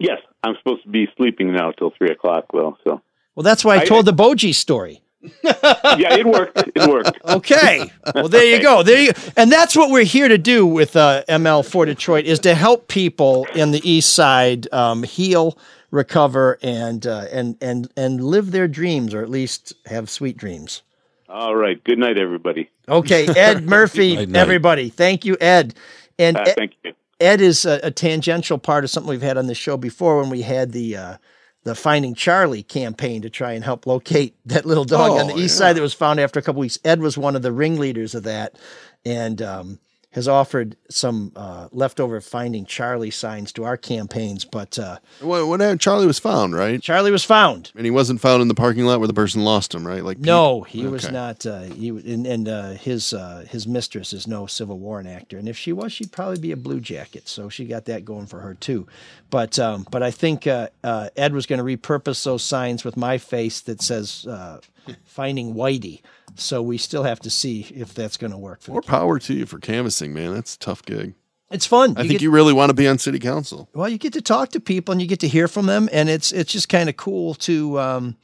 Yes, I'm supposed to be sleeping now till three o'clock. Will so. Well, that's why I, I- told the Boji story. yeah, it worked. It worked. Okay. Well, there you go. There you, and that's what we're here to do with uh, ML for Detroit is to help people in the East Side um, heal, recover, and uh, and and and live their dreams, or at least have sweet dreams. All right. Good night, everybody. Okay, Ed Murphy, Night, night. everybody. Thank you, Ed. And E- Uh, Ed, thank you. Ed is a, a tangential part of something we've had on this show before when we had the uh, the Finding Charlie campaign to try and help locate that little dog on the Oh, east yeah. side that was found after a couple weeks. Ed was one of the ringleaders of that, and um, has offered some uh, leftover Finding Charlie signs to our campaigns. But uh, What, what happened? Charlie was found, right? Charlie was found, and he wasn't found in the parking lot where the person lost him, right? Like no, he was Okay. not. Uh, he w- and, and uh, his uh, his mistress is no Civil War actor, and if she was, she'd probably be a blue jacket. So she got that going for her too. But um, but I think uh, uh, Ed was going to repurpose those signs with my face that says uh, "Finding Whitey." So we still have to see if that's going to work for. More power to you for canvassing, man. That's a tough gig. It's fun. I You think get- you really want to be on city council. well you get to talk to people and you get to hear from them and it's it's just kind of cool to um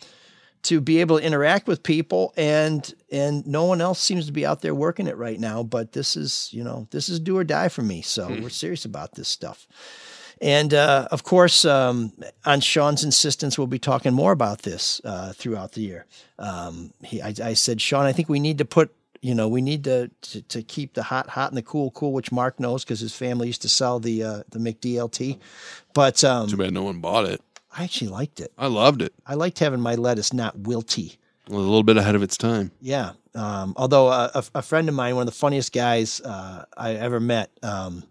to be able to interact with people and and no one else seems to be out there working it right now but this is you know this is do or die for me so we're serious about this stuff and uh, of course, um, on Sean's insistence, we'll be talking more about this uh, throughout the year. Um, he, I, I said, Sean, I think we need to put, you know, we need to to, to keep the hot hot and the cool cool, which Mark knows because his family used to sell the uh, the McDLT. But um, Too bad no one bought it. I actually liked it. I loved it. I liked having my lettuce not wilty. It was a little bit ahead of its time. Yeah. Um, although uh, a, a friend of mine, one of the funniest guys uh, I ever met, um,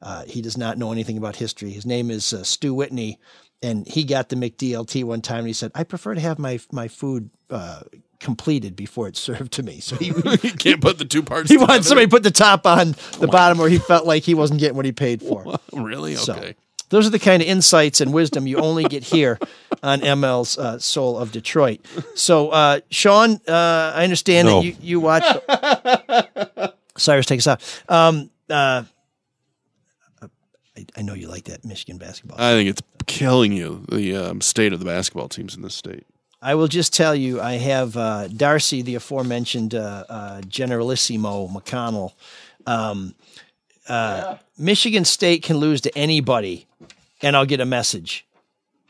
uh, he does not know anything about history. His name is uh, Stu Whitney, and he got the McDLT one time, and he said, "I prefer to have my my food." Uh, completed before it's served to me so he, you can't put the two parts he together. wanted somebody to put the top on the bottom where he felt like he wasn't getting what he paid for Really? Okay. So- those are the kind of insights and wisdom you only get here on ML's uh, Soul of Detroit. So, uh, Sean, uh, I understand No. that you, you watch. Cyrus, take us out. Um, uh, I, I know you like that Michigan basketball. I think it's killing you, the um, state of the basketball teams in this state. I will just tell you, I have uh, Darcy, the aforementioned uh, uh, Generalissimo McConnell. Um, uh, Michigan State can lose to anybody, and I'll get a message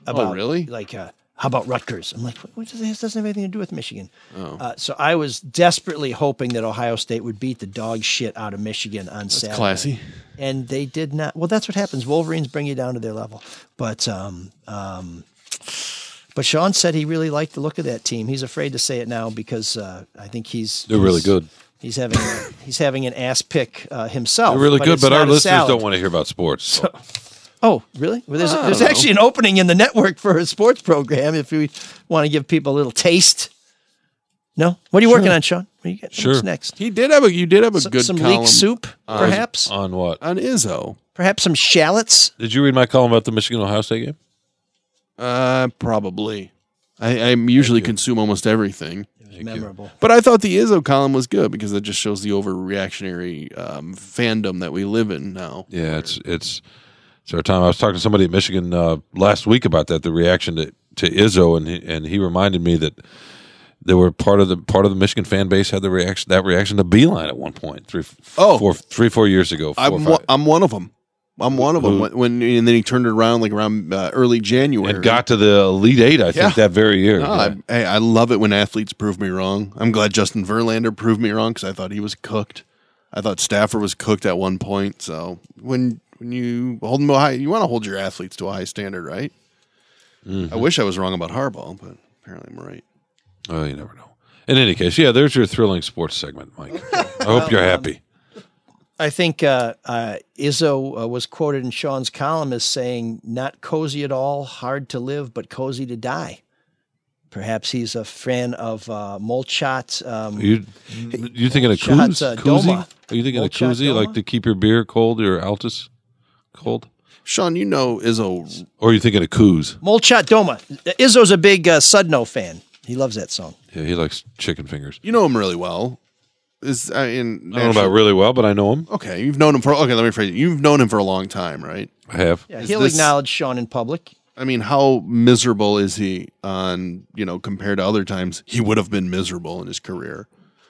Oh, about really? like, uh, How about Rutgers? I'm like, what, what does this doesn't have anything to do with Michigan. Oh. Uh, so I was desperately hoping that Ohio State would beat the dog shit out of Michigan on Saturday. classy. And they did not. Well, that's what happens. Wolverines bring you down to their level. But um, um, but Sean said he really liked the look of that team. He's afraid to say it now because uh, I think he's They're really he's- good. He's having he's having an ass pick uh, himself. They're really good, it's but our not a listeners salad. don't want to hear about sports. so. Oh, really? Well, there's I there's don't know. actually an opening in the network for a sports program if we want to give people a little taste. No, what are you working on, Sean? What are you getting? What's next? He did have a you did have a good some leek column soup, on- perhaps? On what? on Izzo. Perhaps some shallots. Did you read my column about the Michigan Ohio State game? Uh, probably. I, I usually consume almost everything. Memorable. But I thought the Izzo column was good because it just shows the overreactionary um, fandom that we live in now. Yeah, it's it's it's our time. I was talking to somebody at Michigan uh, last week about that. The reaction to to Izzo, and he, and he reminded me that they were part of the part of the Michigan fan base had the reaction that reaction to Beeline at one point three Oh. four- three, four years ago. four or I'm five. one, I'm one of them. I'm one of them. When, when and then he turned it around like around uh, early January. and got to the Elite Eight, I Yeah. Ah, think that very year. No, I, hey, I love it when athletes prove me wrong. I'm glad Justin Verlander proved me wrong because I thought he was cooked. I thought Stafford was cooked at one point. So when when you hold them to a high, you want to hold your athletes to a high standard, right? I wish I was wrong about Harbaugh, but apparently I'm right. Oh, you never know. In any case, yeah, there's your thrilling sports segment, Mike. I hope you're happy. I think uh, uh, Izzo uh, was quoted in Sean's column as saying, "Not cozy at all, hard to live, but cozy to die." Perhaps he's a fan of uh, Molchat. Um, You you thinking a Shots, koozie? uh, koozie? Doma. Are you thinking a Old shot koozie, like Doma? to keep your beer cold or Altus cold? Sean, you know Izzo. Or are you thinking a coos? Molchat Doma. Izzo's a big uh, Sudno fan. He loves that song. Yeah, he likes chicken fingers. You know him really well. Is I, in I don't know about really well, but I know him. Okay, you've known him for okay. Let me phrase it. You've known him for a long time, right? I have. Yeah, Is he'll this- acknowledge Sean in public. I mean, how miserable is he on, you know, compared to other times he would have been miserable in his career?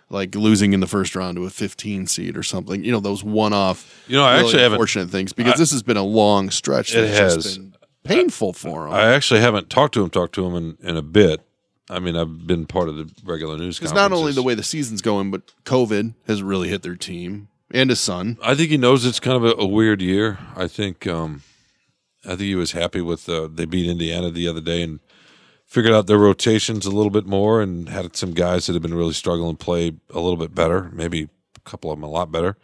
Like losing in the first round to a 15 seed or something, you know, those one off, You know, I actually haven't- unfortunate things because I- this has been a long stretch. It that's just has. been painful for him. I actually haven't talked to him. Talked to him in, in a bit. I mean, I've been part of the regular news. Because not only conferences. the way the season's going, but COVID has really hit their team and his son. I think he knows it's kind of a, a weird year. I think um, I think he was happy with uh, they beat Indiana the other day and figured out their rotations a little bit more and had some guys that have been really struggling play a little bit better, maybe a couple of them a lot better.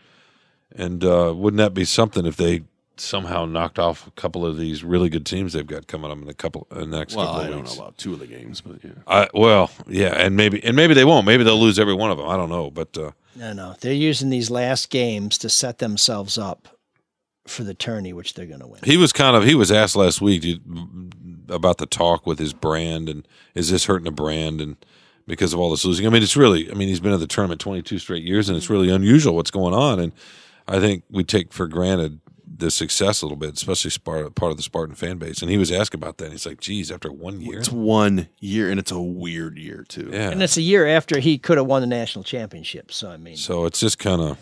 And uh, wouldn't that be something if they somehow knocked off a couple of these really good teams they've got coming up in a couple in the next Well, couple I of don't weeks? know about two of the games, but yeah. I, well, yeah, and maybe and maybe they won't. Maybe they'll lose every one of them. I don't know, but uh, No, no, they're using these last games to set themselves up for the tourney, which they're going to win. he was kind of he was asked last week do you- about the talk with his brand and is this hurting the brand and because of all this losing. I mean, it's really I mean he's been in the tournament 22 straight years and it's really unusual what's going on and I think we take for granted the success a little bit, especially Spart- part of the Spartan fan base. And he was asked about that. And he's like, "Geez, after one year, It's one year and it's a weird year, too. yeah." And it's a year after he could have won the national championship. So I mean, so it's just kind of.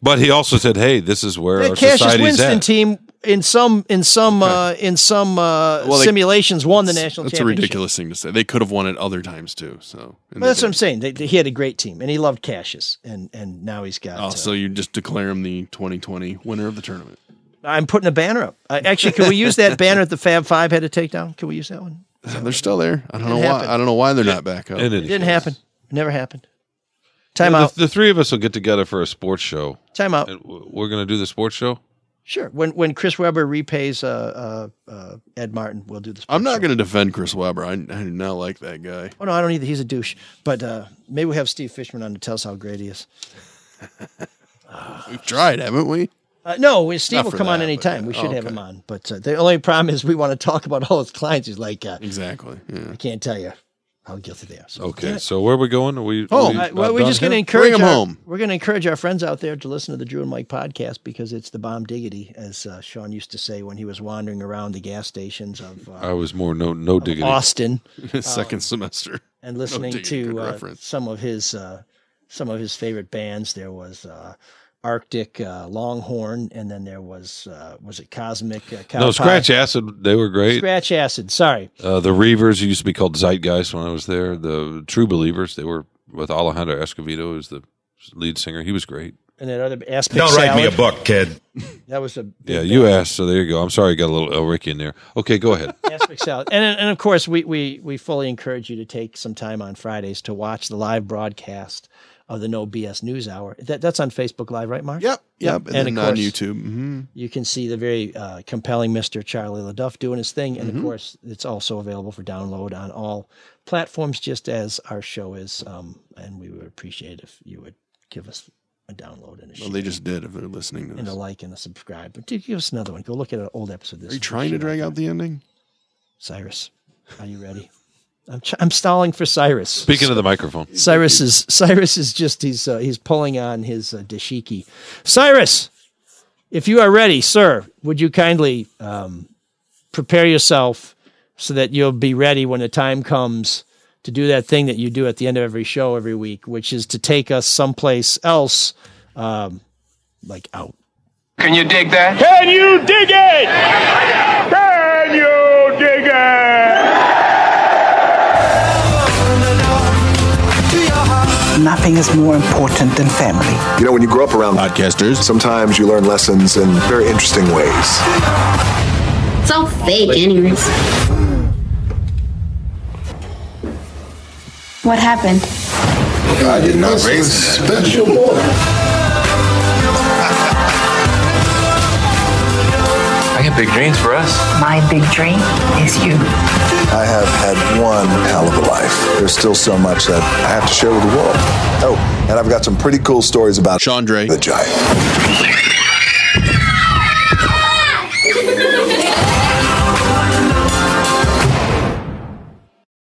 But he also said, "Hey, this is where the our Cassius society's Winston at." team in some in some uh, in some uh, Well, they- simulations won the national That's a championship. ridiculous thing to say. They could have won it other times, too. So, and Well, they that's what didn't. I'm saying. They, they- he had a great team, and he loved Cassius, and and now he's got. uh, Oh, so you just declare him the 2020 winner of the tournament. I'm putting a banner up. I, actually, can we use that banner that the Fab Five had to take down? Can we use that one? They're still there. I don't know It why. happened. I don't know why they're not back up. And it- It didn't happen. Never happened. Yeah, Time the- out. The, three of us will get together for a sports show. Time out. And w- We're going to do the sports show. Sure. When when Chris Webber repays uh, uh, uh, Ed Martin, we'll do this. I'm not going to defend Chris Webber. I, I do not like that guy. Oh no, I don't either. He's a douche. But uh, maybe we will have Steve Fishman on to tell us how great he is. We've tried, haven't we? Uh, no, we- Steve Not will for come on that, any but time. yeah. We should Oh, have okay. him on. But uh, the only problem is we want to talk about all his clients. He's like, uh, Exactly. Yeah. I can't tell you how guilty they are. So Okay. So where are we going? Are we? are Oh, we uh, about well, we're done just going to here? encourage. Bring 'em our- home. We're going to encourage our friends out there to listen to the Drew and Mike podcast because it's the bomb diggity, as uh, Sean used to say when he was wandering around the gas stations of uh, I was more no no diggity. Austin um, Second semester. and listening diggity, to good uh, reference. some of his uh, some of his favorite bands. There was uh, Arctic uh, Longhorn, and then there was uh, was it Cosmic uh, Cow no, Pie? Scratch Acid, they were great. Scratch Acid. Sorry, Uh, the Reavers used to be called Zeitgeist when I was there. The True Believers, they were with Alejandro Escovedo as the lead singer. He was great. and that other aspect. Don't write me a salad. book, kid. That was a Yeah, you asked, so there you go. I'm sorry, I got a little Elric in there. Okay, go ahead. aspect salad, and and of course we we we fully encourage you to take some time on Fridays to watch the live broadcast of the No BS News Hour. That that's on Facebook Live, right, Mark? Yep, Yep, and, then of on course, YouTube. hmm You can see the very uh, compelling Mr. Charlie LaDuff doing his thing. Mm-hmm. And of course, it's also available for download on all platforms, just as our show is. Um, and we would appreciate if you would give us a download and a Well, share they just did if they're listening to and a this. like and a subscribe. But dude, give us another one. Go look at an old episode. of This Are you trying to drag out the ending? Cyrus, are you ready? I'm, ch- I'm stalling for Cyrus. Speaking of the microphone, Cyrus is Cyrus is just he's uh, he's pulling on his uh, dashiki. Cyrus, if you are ready, sir, would you kindly um, prepare yourself so that you'll be ready when the time comes to do that thing that you do at the end of every show every week, which is to take us someplace else, um, like out. Can you dig that? Can you dig it? Can you dig Nothing is more important than family. You know, when you grow up around podcasters, sometimes you learn lessons in very interesting ways. It's all fake, anyways. What happened? I did not raise special boy. I got big dreams for us. My big dream is you. I have had one hell of a life. There's still so much that I have to share with the world. Oh, and I've got some pretty cool stories about Chandra the Giant.